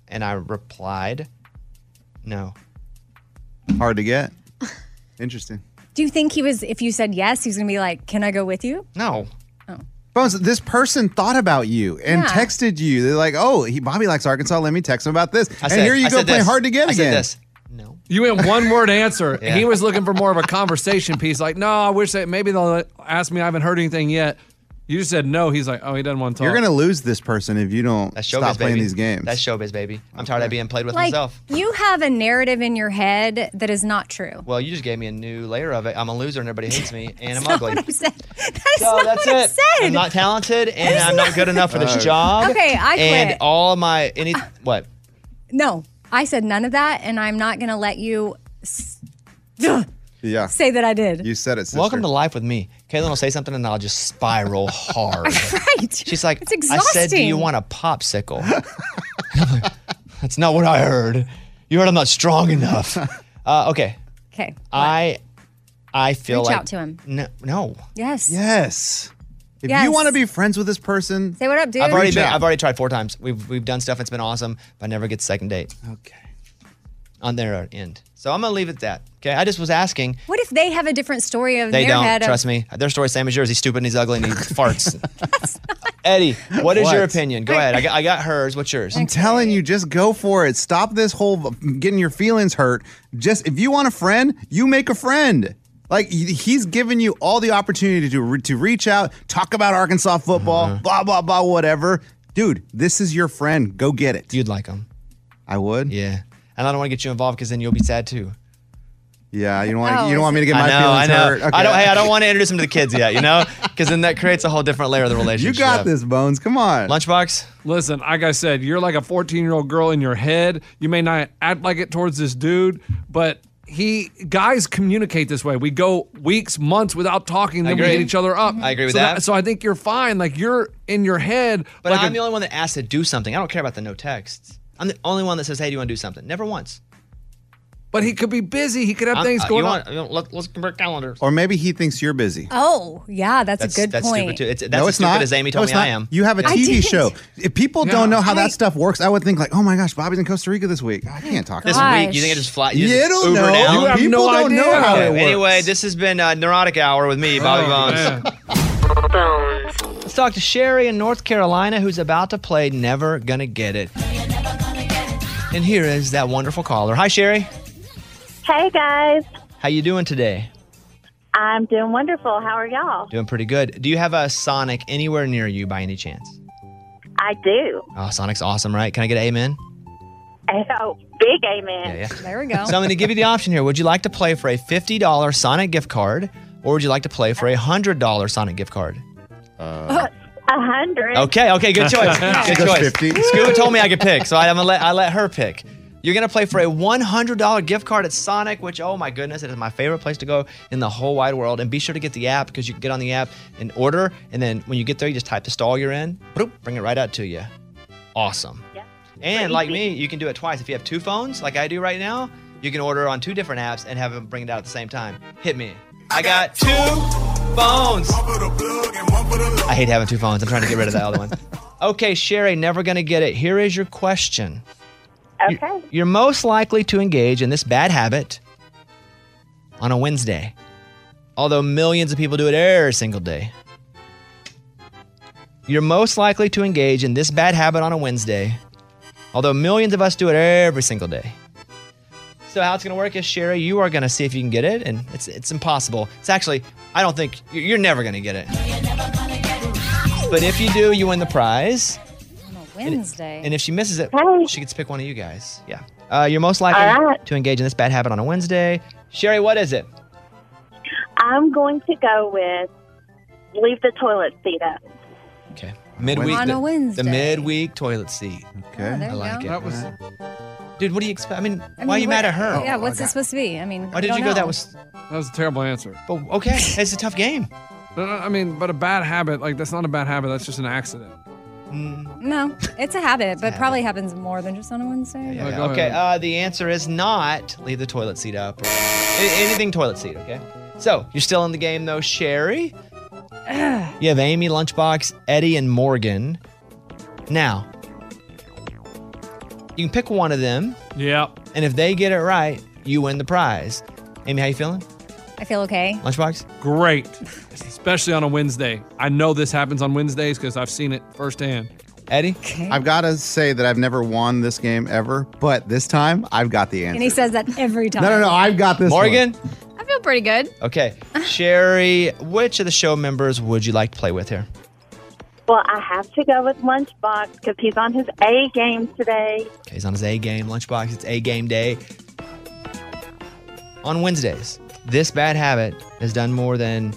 Speaker 1: And I replied, "No."
Speaker 6: Hard to get. Interesting.
Speaker 8: Do you think he was? If you said yes, he's going to be like, "Can I go with you?"
Speaker 1: No.
Speaker 6: Bones, this person thought about you and
Speaker 8: Yeah.
Speaker 6: texted you. They're like, "Oh, he, Bobby likes Arkansas. Let me text him about this." and
Speaker 7: said-
Speaker 6: here you
Speaker 7: I
Speaker 6: go
Speaker 7: said
Speaker 6: playing
Speaker 7: this.
Speaker 6: hard to get
Speaker 7: I said
Speaker 6: again.
Speaker 7: this. You went one
Speaker 1: [LAUGHS]
Speaker 7: word answer. He was looking for more of a conversation piece. Like, no, I wish that maybe they'll ask me. I haven't heard anything yet. You just said no. He's like, oh, he doesn't want to talk.
Speaker 6: You're gonna lose this person if you don't
Speaker 1: Showbiz,
Speaker 6: stop playing
Speaker 1: baby.
Speaker 6: these games.
Speaker 1: That's showbiz, baby. I'm tired of being played with
Speaker 8: like
Speaker 1: myself.
Speaker 8: you have a narrative in your head that is not true.
Speaker 1: Well, you just gave me a new layer of it. I'm a loser and everybody hates me and I'm
Speaker 8: That's not
Speaker 1: ugly.
Speaker 8: what I said. [LAUGHS] That is
Speaker 1: So
Speaker 8: not
Speaker 1: that's
Speaker 8: what I
Speaker 1: it.
Speaker 8: said.
Speaker 1: I'm not talented and
Speaker 8: That is
Speaker 1: I'm not,
Speaker 8: not-
Speaker 1: good enough for this
Speaker 8: Okay.
Speaker 1: job.
Speaker 8: Okay, I
Speaker 1: And
Speaker 8: quit. Ah.
Speaker 1: all my any what?
Speaker 8: No, I said none of that, and I'm not going to let you s-
Speaker 6: Yeah.
Speaker 8: say that I did.
Speaker 6: You said it. Sister.
Speaker 1: Welcome to life with me. Caitlin will say something and I'll just
Speaker 8: [LAUGHS]
Speaker 1: spiral hard.
Speaker 8: right.
Speaker 1: She's like,
Speaker 8: It's
Speaker 1: I said, do you
Speaker 8: exhausting.
Speaker 1: want a popsicle? [LAUGHS] That's not what I heard. You heard I'm not strong enough. Uh, okay.
Speaker 8: Okay.
Speaker 1: I I feel
Speaker 8: Reach
Speaker 1: like
Speaker 8: out to him.
Speaker 1: No, no.
Speaker 8: Yes.
Speaker 6: Yes. If
Speaker 8: Yes.
Speaker 6: you want to be friends with this person,
Speaker 8: Say what up, dude.
Speaker 1: I've already been,
Speaker 6: out.
Speaker 1: I've already tried four times. We've we've done stuff. It's been awesome, but I never get second date.
Speaker 6: Okay.
Speaker 1: On their end, so I'm gonna leave it at that. Okay. I just was asking.
Speaker 8: What if they have a different story of
Speaker 1: They
Speaker 8: their
Speaker 1: don't
Speaker 8: head?
Speaker 1: trust
Speaker 8: of,
Speaker 1: me. Their story's same as yours. He's stupid and he's ugly and [LAUGHS] he farts. [LAUGHS] Eddie, what is your
Speaker 6: What?
Speaker 1: opinion? Go ahead. I got, I got hers. What's yours?
Speaker 6: I'm telling you, just go for it. Stop this whole getting your feelings hurt. Just if you want a friend, you make a friend. Like he- he's giving you all the opportunity to re- to reach out, talk about Arkansas football,
Speaker 1: Uh-huh.
Speaker 6: blah blah blah, whatever. Dude, this is your friend. Go get it.
Speaker 1: You'd like him.
Speaker 6: I would.
Speaker 1: Yeah. And I don't want to get you involved because then you'll be sad too.
Speaker 6: Yeah, you don't want
Speaker 1: Oh,
Speaker 6: you don't want me to get my
Speaker 1: I know,
Speaker 6: feelings
Speaker 1: I know.
Speaker 6: hurt.
Speaker 1: I don't. Hey, I don't want to introduce him to the kids yet. You know, [LAUGHS] because then that creates a whole different layer of the
Speaker 6: [LAUGHS] You
Speaker 1: relationship.
Speaker 6: got this, Bones. Come on.
Speaker 1: Lunchbox.
Speaker 7: Listen, like I said, you're like a 14 year old girl in your head. You may not act like it towards this dude, but he guys communicate this way. We go weeks, months without talking,
Speaker 1: I
Speaker 7: then we
Speaker 1: agree.
Speaker 7: hit each other up.
Speaker 1: I agree with
Speaker 7: so
Speaker 1: that.
Speaker 7: So I think you're fine. Like you're in your head.
Speaker 1: But
Speaker 7: like
Speaker 1: I'm
Speaker 7: a-
Speaker 1: the only one that asks to do something. I don't care about the no texts. I'm the only one that says, "Hey, do you want to do something?" Never once.
Speaker 7: But he could be busy. He could have
Speaker 1: I'm-
Speaker 7: things
Speaker 1: uh,
Speaker 7: going
Speaker 1: you
Speaker 7: on.
Speaker 1: want- you want- let, let's convert calendars.
Speaker 6: Or maybe he thinks you're busy.
Speaker 8: oh, yeah, that's, a good
Speaker 1: that's
Speaker 8: point.
Speaker 1: stupid too. It's, that's
Speaker 6: no,
Speaker 1: as
Speaker 6: it's
Speaker 1: stupid
Speaker 6: not.
Speaker 1: as Amy
Speaker 6: no,
Speaker 1: told
Speaker 6: it's
Speaker 1: me I
Speaker 6: not.
Speaker 1: am.
Speaker 6: You have a
Speaker 1: I
Speaker 6: TV
Speaker 1: didn't.
Speaker 6: show. If people don't know how
Speaker 1: I-
Speaker 6: that stuff works, I would think like, oh my gosh, Bobby's in Costa Rica this week. I can't talk
Speaker 1: This
Speaker 6: about it.
Speaker 1: week, you think I just fly? You
Speaker 6: You
Speaker 1: just
Speaker 6: don't
Speaker 1: Uber
Speaker 6: know.
Speaker 1: down?
Speaker 6: People don't know how it
Speaker 1: Okay,
Speaker 6: works.
Speaker 1: Anyway, this has been uh, Neurotic Hour with me, Bobby
Speaker 7: Oh,
Speaker 1: Bones. Let's talk to Sherry in North Carolina, who's about to play Never Gonna Get It. And here is that wonderful caller. Hi, Sherry.
Speaker 12: Hey guys,
Speaker 1: How you doing today?
Speaker 12: I'm doing wonderful. How are y'all?
Speaker 1: Doing pretty good. Do you have a Sonic anywhere near you by any chance?
Speaker 12: I do.
Speaker 1: Oh, Sonic's awesome, right? Can I get an amen?
Speaker 12: Oh, big amen.
Speaker 1: Yeah,
Speaker 8: There we go.
Speaker 1: So I'm going to give you the option here. Would you like to play for a $50 Sonic gift card, or would you like to play for a $100 Sonic gift card?
Speaker 12: A hundred.
Speaker 1: Okay, okay, good choice.
Speaker 12: [LAUGHS] She
Speaker 1: good
Speaker 12: goes
Speaker 1: choice.
Speaker 12: 50.
Speaker 1: Scuba told me I could pick, so I'm gonna let I let her pick. You're gonna play for a $100 gift card at Sonic, which oh my goodness, it is my favorite place to go in the whole wide world. And be sure to get the app because you can get on the app and order, and then when you get there, you just type the stall you're in, bloop, bring it right out to you. Awesome. And like me, you can do it twice. If you have two phones, like I do right now, you can order on two different apps and have them bring it out at the same time. Hit me. I got two phones. I hate having two phones. I'm trying to get rid of that other one. Okay, Sherry, never gonna get it. Here is your question.
Speaker 12: Okay.
Speaker 1: You're most likely to engage in this bad habit on a Wednesday, although millions of people do it every single day. You're most likely to engage in this bad habit on a Wednesday, although millions of us do it every single day. So how it's gonna work is Sherry, you are gonna see if you can get it, and it's it's impossible. It's actually, I don't think you- you're never gonna get it. But if you do, you win the prize.
Speaker 8: Wednesday.
Speaker 1: And if she misses it, she gets to pick one of you guys. Yeah. Uh, you're most
Speaker 12: All
Speaker 1: likely
Speaker 12: right.
Speaker 1: to engage in this bad habit on a Wednesday. Sherry, what is it?
Speaker 12: I'm going to go with leave the toilet seat up.
Speaker 1: Okay. Midweek.
Speaker 12: On
Speaker 1: the,
Speaker 12: a Wednesday.
Speaker 1: The midweek toilet seat.
Speaker 6: Okay.
Speaker 8: there
Speaker 1: I
Speaker 8: you
Speaker 1: like
Speaker 8: go.
Speaker 1: it.
Speaker 8: That was-
Speaker 1: Dude, what do you expect? I mean,
Speaker 8: I
Speaker 1: why are
Speaker 8: mean,
Speaker 1: you
Speaker 8: what-
Speaker 1: mad at her? Oh,
Speaker 8: Yeah, what's this supposed to be? I mean,
Speaker 1: Why
Speaker 8: I
Speaker 1: did
Speaker 8: don't
Speaker 1: you go that
Speaker 8: know.
Speaker 1: was
Speaker 7: That was a terrible answer.
Speaker 1: But okay, it's a tough game.
Speaker 7: I mean, but a bad habit, like that's not a bad habit. That's just an accident.
Speaker 8: No, it's a habit, but probably happens more than just on a Wednesday.
Speaker 1: Yeah, okay, uh, the answer is not leave the toilet seat up or a- anything toilet seat, okay? So, you're still in the game though, Sherry. [CLEARS THROAT] You have Amy, Lunchbox, Eddie, and Morgan. Now, you can pick one of them.
Speaker 7: Yep.
Speaker 1: And if they get it right, you win the prize. Amy, how you feeling?
Speaker 8: I feel okay.
Speaker 1: Lunchbox?
Speaker 7: Great. Especially on a Wednesday. I know this happens on Wednesdays because I've seen it firsthand.
Speaker 1: Eddie?
Speaker 6: I've got to say that I've never won this game ever, but this time I've got the
Speaker 8: And
Speaker 6: answer.
Speaker 8: he says that every time.
Speaker 6: No, no, no. I've got this.
Speaker 1: Morgan?
Speaker 10: I feel pretty good.
Speaker 1: Okay. Sherry, which of the show members would you like to play with here?
Speaker 12: Well, I have to go with Lunchbox because he's on his A game today.
Speaker 1: Okay, he's on his A game, Lunchbox. It's A game day. On Wednesdays, this bad habit is done more than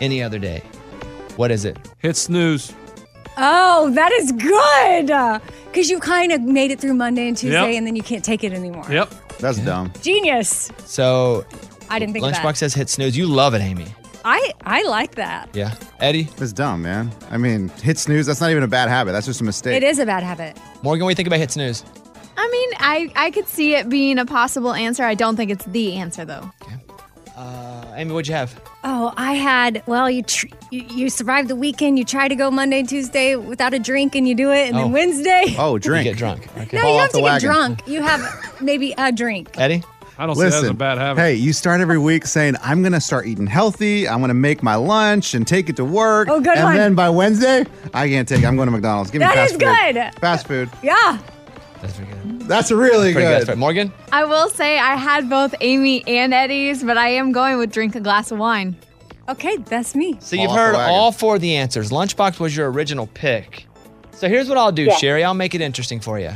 Speaker 1: any other day. What is it?
Speaker 7: Hit snooze.
Speaker 8: Oh, that is good. Because you kind of made it through Monday and Tuesday,
Speaker 1: Yep.
Speaker 8: and then you can't take it anymore.
Speaker 1: Yep.
Speaker 6: That's dumb.
Speaker 8: Genius.
Speaker 1: So,
Speaker 8: I didn't think of
Speaker 1: Lunchbox says hit snooze. You love it, Amy.
Speaker 8: I I like that.
Speaker 1: Yeah. Eddie?
Speaker 6: It's dumb, man. I mean, hit snooze, that's not even a bad habit. That's just a mistake.
Speaker 8: It is a bad habit.
Speaker 1: Morgan, what do you think about hit snooze?
Speaker 10: I mean, I, I could see it being a possible answer. I don't think it's the answer, though.
Speaker 1: Uh, Amy, what'd you have?
Speaker 8: Oh, I had. Well, you tr- you, you survived the weekend. You try to go Monday and Tuesday without a drink, and you do it, and
Speaker 1: Oh.
Speaker 8: then Wednesday. [LAUGHS]
Speaker 6: Oh, drink.
Speaker 1: get drunk. Okay.
Speaker 8: No, you don't have to get drunk. You have maybe
Speaker 1: [LAUGHS]
Speaker 8: a drink.
Speaker 1: Eddie?
Speaker 7: I don't
Speaker 6: Listen,
Speaker 7: see that as a bad habit.
Speaker 6: Hey, you start every week saying, I'm going to start eating healthy. I'm going to make my lunch and take it to work.
Speaker 8: Oh, good
Speaker 6: And
Speaker 8: one.
Speaker 6: then by Wednesday, I can't take it. I'm going to McDonald's. Give me
Speaker 8: That is
Speaker 6: fast food.
Speaker 8: good.
Speaker 6: Fast food.
Speaker 8: Yeah.
Speaker 6: That's
Speaker 1: Pretty
Speaker 6: really
Speaker 1: good.
Speaker 6: good.
Speaker 1: That's right. Morgan?
Speaker 10: I will say I had both Amy and Eddie's, but I am going with drink a glass of wine.
Speaker 8: Okay, that's me.
Speaker 1: So you've heard all four of the answers. Lunchbox was your original pick. So here's what I'll do,
Speaker 12: Yeah.
Speaker 1: Sherry. I'll make it interesting for you.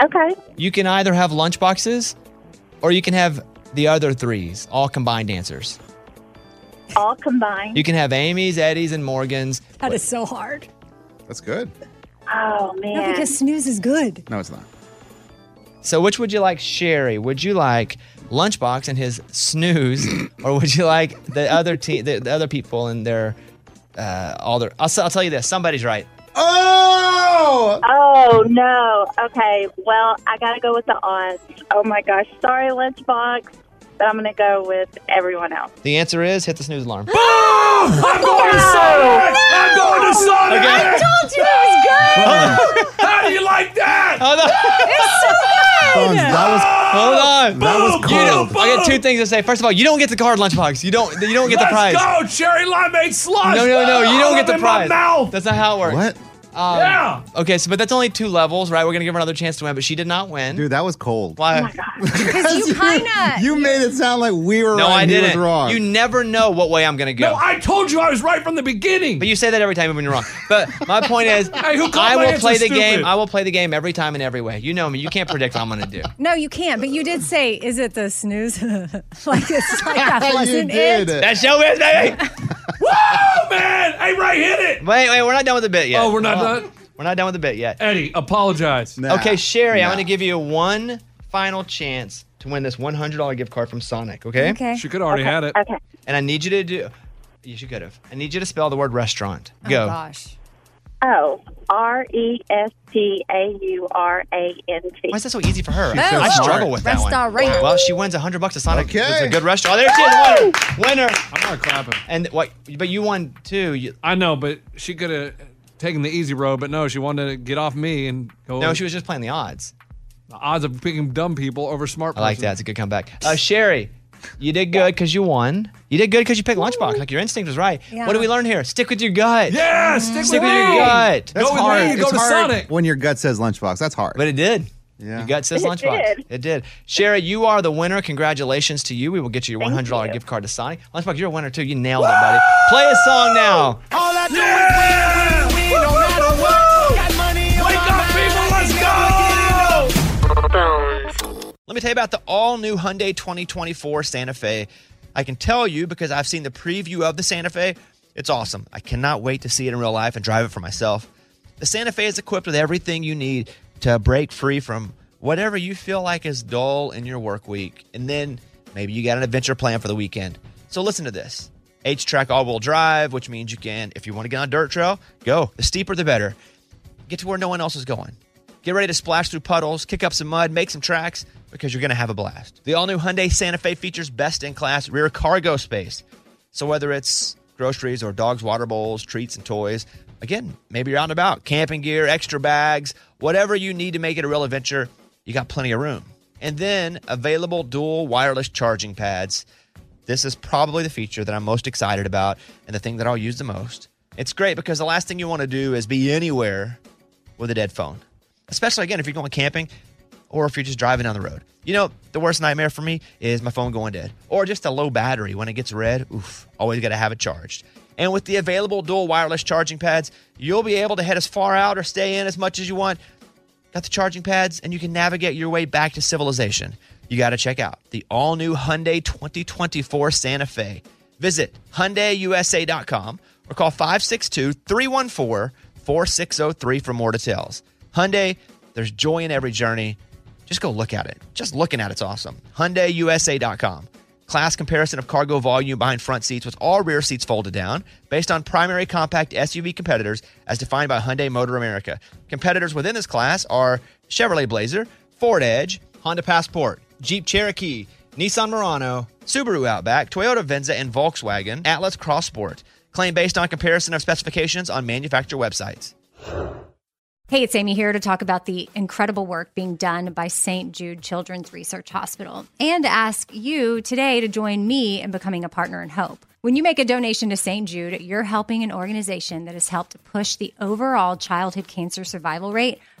Speaker 12: Okay.
Speaker 1: You can either have lunchboxes or you can have the other threes, all combined answers.
Speaker 12: All combined.
Speaker 1: You can have Amy's, Eddie's, and Morgan's.
Speaker 8: That is so hard.
Speaker 6: That's good.
Speaker 12: Oh man.
Speaker 8: No, because snooze is good.
Speaker 6: No, it's not.
Speaker 1: So which would you like, Sherry? Would you like Lunchbox and his
Speaker 12: [CLEARS THROAT]
Speaker 1: snooze, or would you like the other team, the, the other people and their uh, all their? I'll, s- I'll tell you this. Somebody's right.
Speaker 6: Oh!
Speaker 12: Oh no. Okay. Well, I gotta go with the odds. Oh my gosh. Sorry, lunchbox, but I'm gonna go with everyone else.
Speaker 1: The answer is hit the snooze
Speaker 7: [LAUGHS]
Speaker 1: alarm.
Speaker 7: I'm going to Sonic! I'm going to Sonic!
Speaker 1: Okay. I
Speaker 8: told you
Speaker 6: [LAUGHS]
Speaker 8: it
Speaker 7: was good! How do you like that?
Speaker 8: it's
Speaker 6: so good!
Speaker 1: Hold on.
Speaker 6: That was
Speaker 1: You
Speaker 6: cold.
Speaker 1: don't- I got two things to say. First of all, you don't get the card, Lunchbox. You don't. You don't get the prize.
Speaker 7: Let's go, cherry limeade slush.
Speaker 1: No, no, no. You don't
Speaker 7: Oh,
Speaker 1: get the
Speaker 7: in my
Speaker 1: prize.
Speaker 7: mouth.
Speaker 1: That's not how it
Speaker 6: [LAUGHS]
Speaker 1: works.
Speaker 6: What?
Speaker 1: Um,
Speaker 7: Yeah.
Speaker 1: Okay, so but that's only two levels, right? We're gonna give her another chance to win, but she did not win.
Speaker 6: Dude, that was cold.
Speaker 1: Why?
Speaker 8: Because you kind
Speaker 1: [LAUGHS]
Speaker 8: of.
Speaker 6: [LAUGHS] You made it sound like we were
Speaker 1: no,
Speaker 6: right
Speaker 1: I
Speaker 6: and he was
Speaker 1: didn't.
Speaker 6: wrong.
Speaker 1: You never know what way I'm gonna go.
Speaker 7: No, I told you I was right from the beginning.
Speaker 1: But you say that every time when you're wrong. But my point is,
Speaker 7: [LAUGHS] Hey, who called
Speaker 1: I
Speaker 7: my
Speaker 1: will
Speaker 7: answer
Speaker 1: play the
Speaker 7: stupid?
Speaker 1: game. I will play the game every time and every way. You know me. You can't predict what I'm gonna do.
Speaker 8: No, you can't. But you did say, "Is it the snooze?" [LAUGHS] like it's like
Speaker 1: [LAUGHS]
Speaker 8: that
Speaker 1: You
Speaker 8: wasn't
Speaker 1: did.
Speaker 8: it.
Speaker 1: That show is baby.
Speaker 7: Woo, man! Hey, Ray, hit it.
Speaker 1: Wait, wait. We're not done with the bit yet.
Speaker 7: Oh, we're not
Speaker 1: Hold on.
Speaker 7: done?
Speaker 1: We're not done with the bit yet.
Speaker 7: Eddie, apologize.
Speaker 1: okay, Sherry, I'm
Speaker 7: nah.
Speaker 1: gonna give you one final chance to win this $100 gift card from Sonic. Okay.
Speaker 7: Okay. She could already Okay, had it.
Speaker 12: Okay.
Speaker 1: And I need you to do. You should could have. I need you to spell the word restaurant.
Speaker 12: Oh,
Speaker 1: Go.
Speaker 8: gosh.
Speaker 12: Oh, R E S T A U R A N T. Why
Speaker 1: is that so easy for her?
Speaker 12: Oh,
Speaker 1: I struggle with that
Speaker 8: Restaurant.
Speaker 1: one. Well, she wins 100 bucks to Sonic.
Speaker 6: Okay.
Speaker 1: It's a good restaurant. Oh, there she is, winner. Winner.
Speaker 7: I'm not clapping.
Speaker 1: And what? But you won too.
Speaker 7: I know, but she could have taken the easy road, but no, she wanted to get off me and go.
Speaker 1: No, she was just playing the odds.
Speaker 7: The odds of picking dumb people over smart.
Speaker 1: I like that. It's a good comeback. Uh, Sherry, you did good because you won. You did good because you picked Lunchbox. Like your instinct was right.
Speaker 7: Yeah.
Speaker 1: What do we learn here? Stick with your gut.
Speaker 7: Yeah, stick
Speaker 1: stick
Speaker 7: with
Speaker 1: with
Speaker 7: me.
Speaker 1: your gut.
Speaker 6: That's
Speaker 7: Go with
Speaker 6: hard.
Speaker 7: me, go
Speaker 6: It's
Speaker 7: to
Speaker 6: hard
Speaker 7: Sonic.
Speaker 6: When your gut says lunchbox, that's hard. But
Speaker 1: it did.
Speaker 6: Yeah.
Speaker 1: Your gut says
Speaker 6: It
Speaker 1: Lunchbox.
Speaker 6: did.
Speaker 1: It did. Sherry, you are the winner. Congratulations to you. We will get you your $100 gift card to Sonic. Lunchbox, you're a winner too. You nailed it, buddy. Play a song now.
Speaker 5: All I do is win, win, win, no matter what. Got money on
Speaker 1: tell you about the all new Hyundai 2024 Santa Fe. I can tell you because I've seen the preview of the Santa Fe. It's awesome. I cannot wait to see it in real life and drive it for myself. The Santa Fe is equipped with everything you need to break free from whatever you feel like is dull in your work week. And then maybe you got an adventure plan for the weekend. So listen to this H track all wheel drive, which means you can, if you want to get on a dirt trail, go. The steeper, the better. Get to where no one else is going. Get ready to splash through puddles, kick up some mud, make some tracks, because you're going to have a blast. The all new Hyundai Santa Fe features best in class rear cargo space. So whether it's groceries or dogs' water bowls, treats, and toys, again, maybe you're out and about, camping gear, extra bags, whatever you need to make it a real adventure, you got plenty of room. And then available dual wireless charging pads. This is probably the feature that I'm most excited about and the thing that I'll use the most. It's great because the last thing you want to do is be anywhere with a dead phone, especially again if you're going camping or if you're just driving down the road. You know, the worst nightmare for me is my phone going dead or just a low battery when it gets red. Oof, always got to have it charged. And with the available dual wireless charging pads, you'll be able to head as far out or stay in as much as you want. Got the charging pads, and you can navigate your way back to civilization. You got to check out the all new Hyundai 2024 Santa Fe. Visit HyundaiUSA.com or call 562 314 4603 for more details. Hyundai, there's joy in every journey. Just go look at it. Just looking at it's awesome. HyundaiUSA.com. Class comparison of cargo volume behind front seats with all rear seats folded down based on primary compact SUV competitors as defined by Hyundai Motor America. Competitors within this class are Chevrolet Blazer, Ford Edge, Honda Passport, Jeep Cherokee, Nissan Murano, Subaru Outback, Toyota Venza, and Volkswagen Atlas Crossport. Claim based on comparison of specifications on manufacturer websites.
Speaker 8: Hey, it's Amy here to talk about the incredible work being done by St. Jude Children's Research Hospital and ask you today to join me in becoming a partner in hope. When you make a donation to St. Jude, you're helping an organization that has helped push the overall childhood cancer survival rate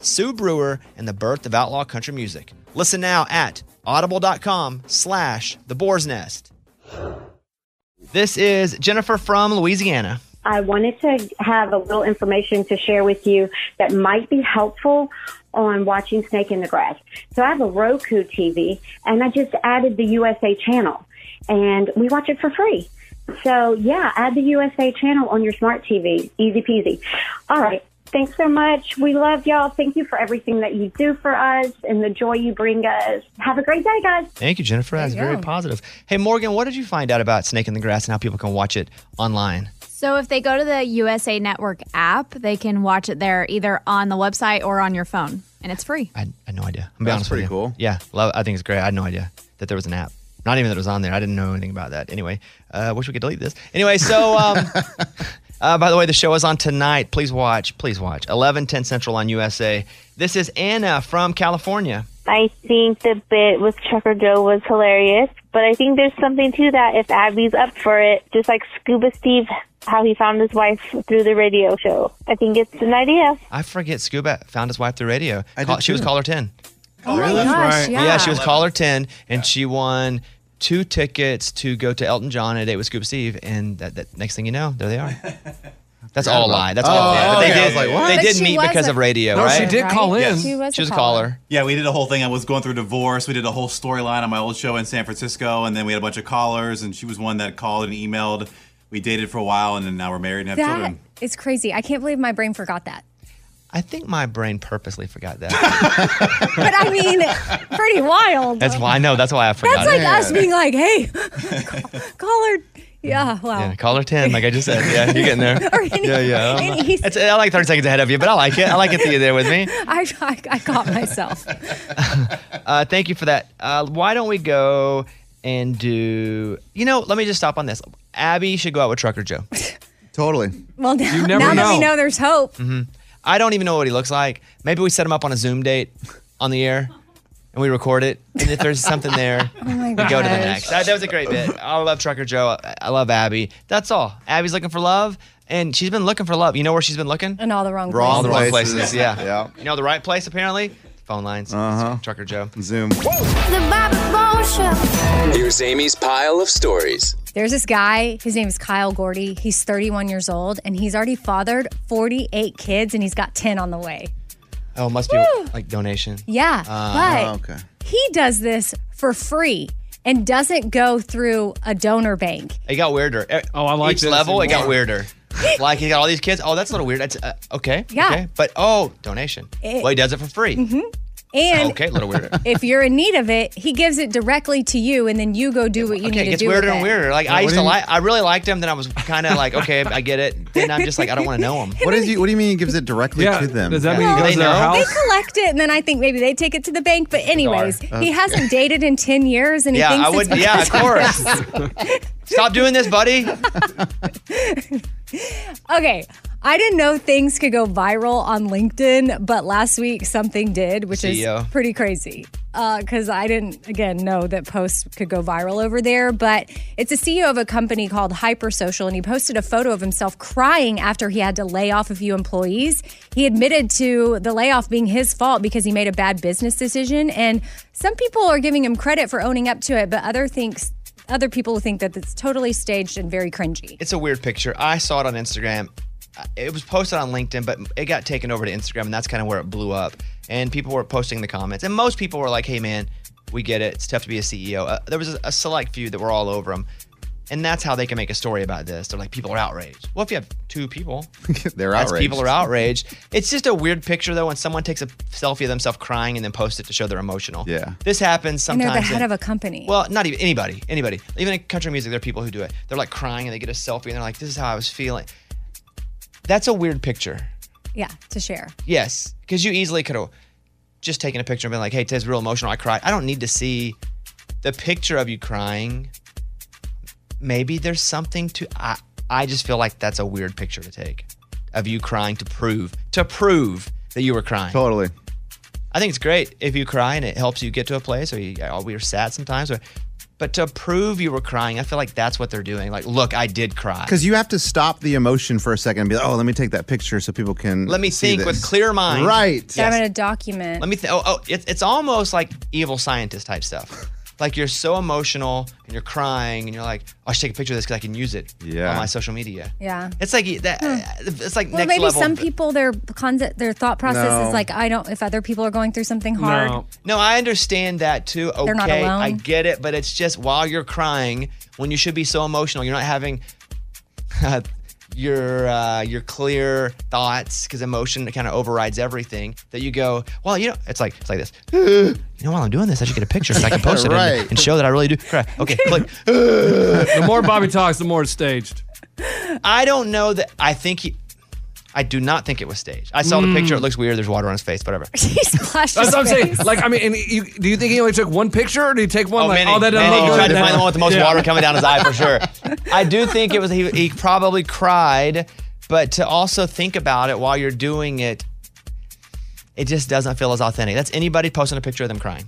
Speaker 1: Sue Brewer and the birth of outlaw country music. Listen now at audible.com slash the boar's nest. This is Jennifer from Louisiana.
Speaker 13: I wanted to have a little information to share with you that might be helpful on watching Snake in the Grass. So I have a Roku TV and I just added the USA channel and we watch it for free. So yeah, add the USA channel on your smart TV. Easy peasy. All right. Thanks so much. We love y'all. Thank you for everything that you do for us and the joy you bring us. Have a great day, guys.
Speaker 1: Thank you, Jennifer. That's
Speaker 13: There you
Speaker 1: very
Speaker 13: go.
Speaker 1: positive. Hey, Morgan, what did you find out about Snake in the Grass and how people can watch it online?
Speaker 10: So if they go to the USA Network app, they can watch it there either on the website or on your phone, and it's free.
Speaker 1: I'm be honest pretty with you. cool. Yeah, love, I think it's great. I had no idea that there was an app. Not even that it was on there. I didn't know anything about that. Anyway, uh, wish we could delete this. Anyway, so [LAUGHS] um, uh, by the way, the show is on tonight. Please watch. Please watch. 11, 10 Central on USA. This is Anna from California.
Speaker 14: I think the bit with Trucker Joe was hilarious, but I think there's something to that if Abby's up for it, just like Scuba Steve, how he found his wife through the radio show. I think it's an idea.
Speaker 1: I forget Scuba found his wife through radio. Call- she was caller 10.
Speaker 14: Oh my Really? gosh, yeah.
Speaker 1: she was
Speaker 14: Eleven.
Speaker 1: caller 10, and she won two tickets to go to Elton John and a date with Scuba Steve. And that, that next thing you know, there
Speaker 15: [LAUGHS]
Speaker 1: they are. That's all a lie. That's all a lie. But They
Speaker 15: Oh, okay.
Speaker 1: did,
Speaker 15: I was like, what?
Speaker 1: They
Speaker 15: But
Speaker 1: did
Speaker 15: she
Speaker 1: meet
Speaker 15: was
Speaker 1: because
Speaker 15: a-
Speaker 1: of radio,
Speaker 15: No,
Speaker 1: right?
Speaker 15: she did call Right? in. She was a
Speaker 1: She was a caller.
Speaker 15: Yeah, we did a whole thing. I was going through divorce. We did a whole storyline on my old show in San Francisco, and then we had a bunch of callers, and she was one that called and emailed. We dated for a while, and then now we're married and have
Speaker 8: That
Speaker 15: children.
Speaker 8: is crazy. I can't believe my brain forgot that.
Speaker 1: I think my brain purposely forgot that.
Speaker 8: But I mean, [LAUGHS] pretty wild.
Speaker 1: That's why I know. That's why I forgot
Speaker 8: That's
Speaker 1: it.
Speaker 8: like us being like, hey, [LAUGHS]
Speaker 1: [LAUGHS]
Speaker 8: call- call her. Yeah, wow.
Speaker 1: Yeah, caller 10, like I just said. Yeah, you're getting there.
Speaker 8: oh. [LAUGHS] Or any-
Speaker 1: yeah, yeah. I'm-
Speaker 8: any-
Speaker 1: it's- I like 30 seconds ahead of you, but I like it. I like it that you're there with me.
Speaker 8: I, I, I caught myself.
Speaker 1: Uh, thank you for that. Uh, why don't we go and do? You know, let me just stop on this. Abby should go out with Trucker Joe.
Speaker 6: totally.
Speaker 8: Well, now, now that we know there's hope,
Speaker 1: hmm I don't even know what he looks like. Maybe we set him up on a Zoom date on the air, and we record it. And if there's something there,
Speaker 8: Oh my
Speaker 1: we go to the
Speaker 8: gosh.
Speaker 1: next. That, that was a great bit. I love Trucker Joe. I, I love Abby. That's all. Abby's looking for love, and she's been looking for love. You know where she's been looking?
Speaker 8: in all the wrong
Speaker 1: All the
Speaker 8: places.
Speaker 1: wrong
Speaker 6: places.
Speaker 1: places. Yeah.
Speaker 6: [LAUGHS]
Speaker 1: yeah. You know the right place apparently. Phone lines. Uh-huh. Trucker Joe.
Speaker 6: Zoom.
Speaker 8: The
Speaker 16: Here's Amy's pile of stories.
Speaker 8: There's this guy, his name is Kyle Gordy. He's 31 years old and he's already fathered 48 kids and he's got 10 on the way.
Speaker 1: Oh, must be
Speaker 8: Woo.
Speaker 1: like donation.
Speaker 8: Yeah,
Speaker 1: Ah,
Speaker 8: but he does this for free and doesn't go through a donor bank.
Speaker 1: It got weirder. Oh, I
Speaker 8: like
Speaker 1: each
Speaker 8: this
Speaker 1: level. It
Speaker 8: even
Speaker 1: got
Speaker 8: more. [LAUGHS]
Speaker 1: weirder. like he got all these kids. Oh, that's a little weird. That's uh, okay.
Speaker 8: Yeah.
Speaker 1: Okay. But oh, donation.
Speaker 8: It-
Speaker 1: well, he does it for free.
Speaker 8: hmm
Speaker 1: [LAUGHS]
Speaker 8: And
Speaker 1: okay, a little
Speaker 8: [LAUGHS]
Speaker 1: weirder.
Speaker 8: if you're in need of it, he gives it directly to you and then you go do what you
Speaker 1: Okay,
Speaker 8: need
Speaker 1: it
Speaker 8: to
Speaker 1: gets
Speaker 8: do.
Speaker 1: weirder
Speaker 8: with
Speaker 1: and
Speaker 8: it.
Speaker 1: weirder. Like
Speaker 6: What
Speaker 1: I used
Speaker 6: do
Speaker 1: to
Speaker 6: you-
Speaker 1: like, I really liked him. Then I
Speaker 8: [LAUGHS]
Speaker 1: was kind of like, okay, I get it. Then I'm just like, I don't want to know him.
Speaker 6: What is he? What do you mean? He gives it directly
Speaker 1: Yeah,
Speaker 6: to them.
Speaker 1: does that mean he goes to their
Speaker 8: They collect it and then I think maybe they take it to the bank. But anyways,
Speaker 1: Bizarre.
Speaker 8: he
Speaker 1: Uh,
Speaker 8: hasn't dated in 10 years and he
Speaker 1: yeah,
Speaker 8: thinks
Speaker 1: I
Speaker 8: it's
Speaker 1: would. Yeah, of
Speaker 8: because
Speaker 1: course. Stop doing this, buddy.
Speaker 8: [LAUGHS] Okay. I didn't know things could go viral on LinkedIn, but last week something did, which
Speaker 1: CEO.
Speaker 8: is pretty crazy. Because I didn't, again, know that posts could go viral over there. But it's a CEO of a company called Hypersocial, and he posted a photo of himself crying after he had to lay off a few employees. He admitted to the layoff being his fault because he made a bad business decision. And some people are giving him credit for owning up to it, but other thinks other people think that it's totally staged and very cringy.
Speaker 1: It's a weird picture. I saw it on Instagram. Uh, It was posted on LinkedIn, but it got taken over to Instagram, and that's kind of where it blew up. And people were posting the comments, and most people were like, "Hey, man, we get it. It's tough to be a CEO." Uh, there was a, a select few that were all over them, and that's how they can make a story about this. They're like, "People are outraged." Well, if you have two people,
Speaker 6: [LAUGHS] They're
Speaker 1: that's
Speaker 6: outraged.
Speaker 1: people are outraged. It's just a weird picture though when someone takes a selfie of themselves crying and then posts it to show they're emotional. Yeah, this happens
Speaker 8: and
Speaker 1: sometimes.
Speaker 8: they're the head
Speaker 1: in-
Speaker 8: of a company.
Speaker 1: well, not even anybody, anybody. Even in country music, there are people who do it. They're like crying and they get a selfie and they're like, "This is how I was feeling." That's a weird picture.
Speaker 8: Yeah, to share.
Speaker 1: Yes, because you easily could have just taken a picture and been like, "Hey, Ted's real emotional. I cried." I don't need to see the picture of you crying. Maybe there's something to. I I just feel like that's a weird picture to take of you crying to prove to prove that you were crying.
Speaker 6: Totally.
Speaker 1: I think it's great if you cry and it helps you get to a place, or you, oh, we are sad sometimes, or but to prove you were crying, I feel like that's what they're doing. Like, look, I did cry.
Speaker 6: Because you have to stop the emotion for a second and be like, oh, let me take that picture so people can
Speaker 1: Let me
Speaker 6: see
Speaker 1: think with
Speaker 6: this.
Speaker 1: clear mind.
Speaker 6: Right.
Speaker 8: So I'm going to document.
Speaker 1: Let me think. Oh, oh it's it's almost like evil scientist type
Speaker 6: [LAUGHS]
Speaker 1: stuff. like you're so emotional and you're crying and you're like, oh, I should take a picture of this because I can use it
Speaker 6: Yeah.
Speaker 1: on my social media.
Speaker 8: yeah. Hmm.
Speaker 1: It's like that. uh, It's like
Speaker 8: Well,
Speaker 1: next
Speaker 8: maybe
Speaker 1: level.
Speaker 8: some people their concept, their thought process
Speaker 1: No.
Speaker 8: is like, I don't. If other people are going through something hard, [LAUGHS]
Speaker 1: No, I understand that too. Okay,
Speaker 8: They're not alone.
Speaker 1: I get it, but it's just while you're crying, when you should be so emotional, you're not having [LAUGHS] your uh, your clear thoughts because emotion kind of overrides everything. That you go, well, you know, it's like it's like this. [GASPS] you know, while I'm doing this, I should get a picture so I can post it and-
Speaker 7: Right.
Speaker 1: and, show that I really do. cry. Okay, click.
Speaker 7: the more Bobby talks, the more it's staged.
Speaker 1: I don't know that. I think he. I do not think it was staged. I saw the picture. It looks weird. There's water on his face. Whatever.
Speaker 8: he splashed
Speaker 7: That's
Speaker 8: his
Speaker 7: what I'm saying.
Speaker 8: face.
Speaker 7: Like, I mean, and you, do you think he only took one picture, or do you take one?
Speaker 1: Oh,
Speaker 7: like,
Speaker 1: Manny,
Speaker 7: oh, that doesn't
Speaker 1: Manny,
Speaker 7: look
Speaker 1: he
Speaker 7: good.
Speaker 1: tried to find the one with the most
Speaker 7: [LAUGHS] Yeah.
Speaker 1: water coming down his eye for
Speaker 7: [LAUGHS]
Speaker 1: sure. I do think it was he, he probably cried, but to also think about it while you're doing it, it just doesn't feel as authentic. That's anybody posting a picture of them crying.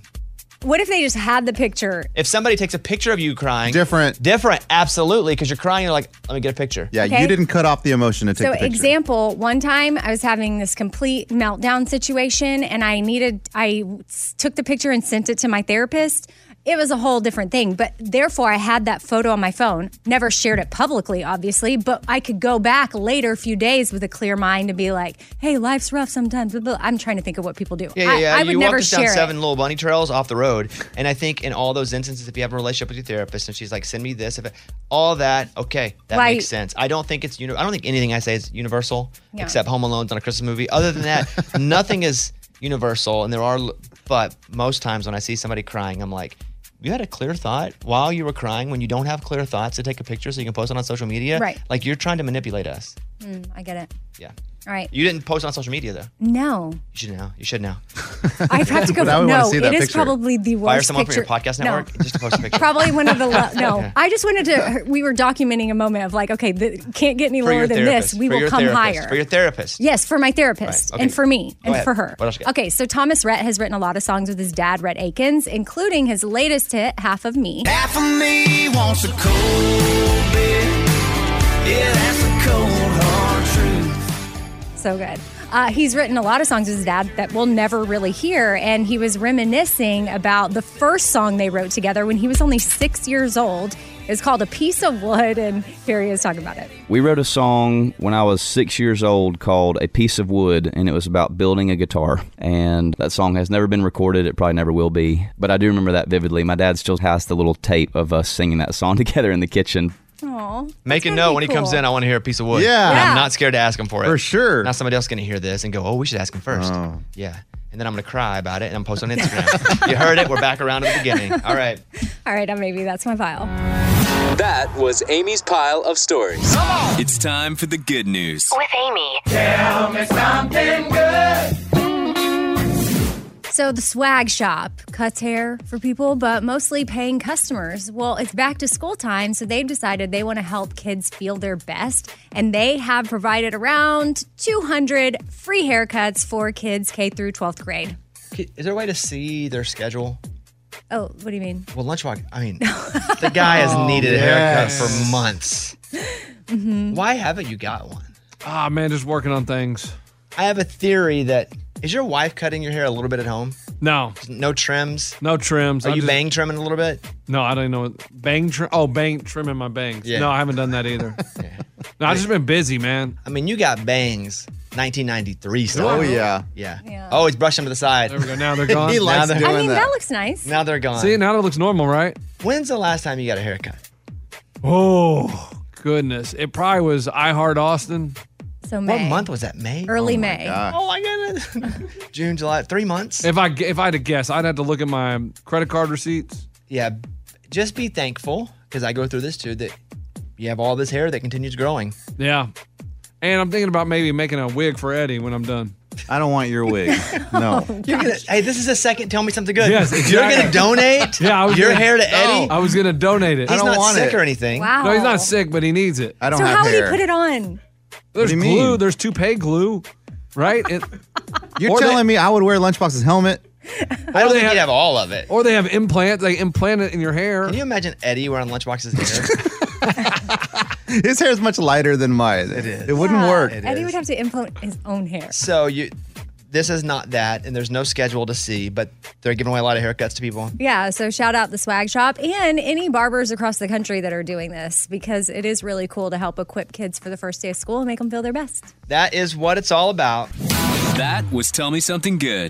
Speaker 8: what if they just had the picture?
Speaker 1: If somebody takes a picture of you crying, different, different, absolutely, because you're crying. You're like, let me get a picture.
Speaker 6: Yeah,
Speaker 8: Okay.
Speaker 6: you didn't cut off the emotion to take
Speaker 8: So,
Speaker 6: the picture.
Speaker 8: example, one time I was having this complete meltdown situation and I needed, I s- took the picture and sent it to my therapist. It was a whole different thing, but therefore I had that photo on my phone. Never shared it publicly, obviously, but I could go back later, a few days, with a clear mind and be like, "Hey, life's rough sometimes." blah, blah. I'm trying to think of what people do.
Speaker 1: Yeah, yeah, yeah.
Speaker 8: I, I
Speaker 1: you
Speaker 8: would
Speaker 1: walked
Speaker 8: never
Speaker 1: us down
Speaker 8: share it.
Speaker 1: seven little bunny trails off the road, and I think in all those instances, if you have a relationship with your therapist and she's like, "Send me this," if it, all that, okay, that
Speaker 8: Right.
Speaker 1: makes sense. I don't think it's uni- I don't think anything I say is universal,
Speaker 8: Yeah.
Speaker 1: except Home Alone's on a Christmas movie. Other than that, [LAUGHS] nothing is universal, and there are. l- But most times when I see somebody crying, I'm like. You had a clear thought while you were crying. When you don't have clear thoughts, to take a picture so you can post it on social media.
Speaker 8: Right.
Speaker 1: Like you're trying to manipulate us.
Speaker 8: Mm, I get it.
Speaker 1: Yeah.
Speaker 8: All right.
Speaker 1: You didn't post it on social media though. [LAUGHS]
Speaker 8: No.
Speaker 1: You should know. You should know.
Speaker 8: I have to go.
Speaker 1: But I would wanna
Speaker 8: no,
Speaker 1: see that
Speaker 8: it is
Speaker 1: picture.
Speaker 8: probably the worst
Speaker 1: Fire someone
Speaker 8: picture.
Speaker 1: from your podcast
Speaker 8: No.
Speaker 1: network just to post a picture.
Speaker 8: Probably one of the lo-
Speaker 1: [LAUGHS]
Speaker 8: no.
Speaker 1: Okay.
Speaker 8: I just wanted to. We were documenting a moment of like, okay, th- can't get any lower than this. We
Speaker 1: for
Speaker 8: will
Speaker 1: your
Speaker 8: come
Speaker 1: therapist,
Speaker 8: higher.
Speaker 1: For your therapist.
Speaker 8: Yes, for my therapist
Speaker 1: Right, okay.
Speaker 8: and for me
Speaker 1: Go
Speaker 8: and
Speaker 1: ahead.
Speaker 8: for her.
Speaker 1: What else you got?
Speaker 8: Okay, so Thomas Rhett has written a lot of songs with his dad, Rhett Akins, including his latest hit, "Half of Me."
Speaker 5: Half of me wants a cold bit. Yeah, that's a cold hard truth.
Speaker 8: So good. Uh, he's written a lot of songs with his dad that we'll never really hear, and he was reminiscing about the first song they wrote together when he was only six years old. It's called "A Piece of Wood," and here he is talking about it.
Speaker 17: We wrote a song when I was six years old called A Piece of Wood, and it was about building a guitar. And that song has never been recorded. It probably never will be. But I do remember that vividly. My dad still has the little tape of us singing that song [LAUGHS] together in the kitchen.
Speaker 8: Aww.
Speaker 1: Make a note when he comes
Speaker 8: cool.
Speaker 1: in. I want to hear a piece of wood.
Speaker 17: Yeah.
Speaker 1: And
Speaker 17: Yeah.
Speaker 1: I'm not scared to ask him for it.
Speaker 17: For
Speaker 1: sure. Now somebody else is going to hear this and go, oh, we should ask him first. Yeah. And then I'm going to cry about it and I'm posting on Instagram. [LAUGHS] you heard it. We're back around to the beginning. All right.
Speaker 8: All right, uh, maybe that's my file.
Speaker 16: That was Amy's pile of stories.
Speaker 11: It's time for the good news.
Speaker 4: With Amy.
Speaker 5: Tell me something good.
Speaker 8: So the swag shop cuts hair for people, but mostly paying customers. Well, it's back to school time, so they've decided they want to help kids feel their best, and they have provided around 200 free haircuts for kids K through 12th grade.
Speaker 1: Is there a way to see their schedule?
Speaker 8: Oh, what do you mean?
Speaker 1: Well, Lunchbox, I
Speaker 8: [LAUGHS]
Speaker 1: mean, the guy has
Speaker 7: Oh,
Speaker 1: needed
Speaker 7: yes.
Speaker 1: a haircut for months.
Speaker 8: Mm-hmm.
Speaker 1: Why haven't you got one?
Speaker 7: Ah, man, just working on things.
Speaker 1: I have a theory that is your wife cutting your hair a little bit at home?
Speaker 7: No,
Speaker 1: no trims.
Speaker 7: No trims.
Speaker 1: Are
Speaker 7: I'm
Speaker 1: you
Speaker 7: just-
Speaker 1: bang trimming a little bit?
Speaker 7: No, I don't even know. What, bang trim. Oh, bang trimming my bangs.
Speaker 1: Yeah.
Speaker 7: No, I haven't done
Speaker 1: [LAUGHS]
Speaker 7: that either. No, I've just been busy, man.
Speaker 1: I mean, you got bangs 1993 style.
Speaker 7: Oh, yeah.
Speaker 1: Yeah.
Speaker 8: Yeah.
Speaker 1: Oh, he's brushed them to the side. There we
Speaker 7: go. Now they're
Speaker 1: gone. [LAUGHS]
Speaker 7: He likes
Speaker 1: now they're,
Speaker 8: I mean, that. looks nice.
Speaker 1: now they're gone.
Speaker 7: See, now it looks normal, right?
Speaker 1: When's the last time you got a haircut?
Speaker 7: Oh goodness, it probably was I Heart Austin.
Speaker 8: So May.
Speaker 1: What month was that? May.
Speaker 8: Early May.
Speaker 1: Oh my goodness.
Speaker 8: [LAUGHS]
Speaker 1: June, July, three months.
Speaker 7: If I g- if I had to guess, I'd have to look at my credit card receipts.
Speaker 1: Yeah, just be thankful because I go through this too that you have all this hair that continues growing.
Speaker 7: Yeah, and I'm thinking about maybe making a wig for Eddie when I'm done.
Speaker 6: I don't want your
Speaker 8: [LAUGHS]
Speaker 6: wig.
Speaker 7: No.
Speaker 1: You're gonna, hey, this is a second. Tell me something good.
Speaker 7: Yes,
Speaker 1: You're
Speaker 7: exactly.
Speaker 1: gonna donate
Speaker 7: [LAUGHS] Yeah, I was
Speaker 1: your
Speaker 7: gonna-
Speaker 1: hair to
Speaker 7: No.
Speaker 1: Eddie.
Speaker 7: I was gonna donate it.
Speaker 1: He's I don't not want sick it. or anything. Wow.
Speaker 7: No, he's not sick, but he needs it. I
Speaker 8: so how would he put it on?
Speaker 7: There's
Speaker 6: do you
Speaker 7: glue.
Speaker 6: mean?
Speaker 7: There's toupee glue, right? It,
Speaker 6: You're
Speaker 7: Or they-
Speaker 6: telling me I would wear Lunchbox's helmet?
Speaker 1: I don't think he'd have all of it.
Speaker 7: Or they have implants. They implant it in your hair. Can
Speaker 1: you imagine Eddie wearing
Speaker 7: [LAUGHS]
Speaker 1: Lunchbox's hair?
Speaker 6: His hair is much lighter than mine. It is. It wouldn't
Speaker 8: Yeah,
Speaker 6: work.
Speaker 8: Eddie would have to implant his own hair.
Speaker 1: So you, this is not that, and there's no schedule to see, but they're giving away a lot of haircuts to people.
Speaker 8: Yeah, so shout out the swag shop and any barbers across the country that are doing this because it is really cool to help equip kids for the first day of school and make them feel their best.
Speaker 1: That is what it's all about.
Speaker 11: That was Tell Me Something Good.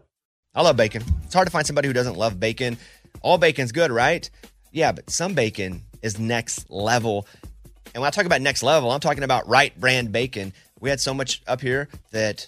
Speaker 1: I love bacon. It's hard to find somebody who doesn't love bacon. All bacon's good, right? Yeah, but some bacon is next level. And when I talk about next level, I'm talking about right brand bacon. We had so much up here that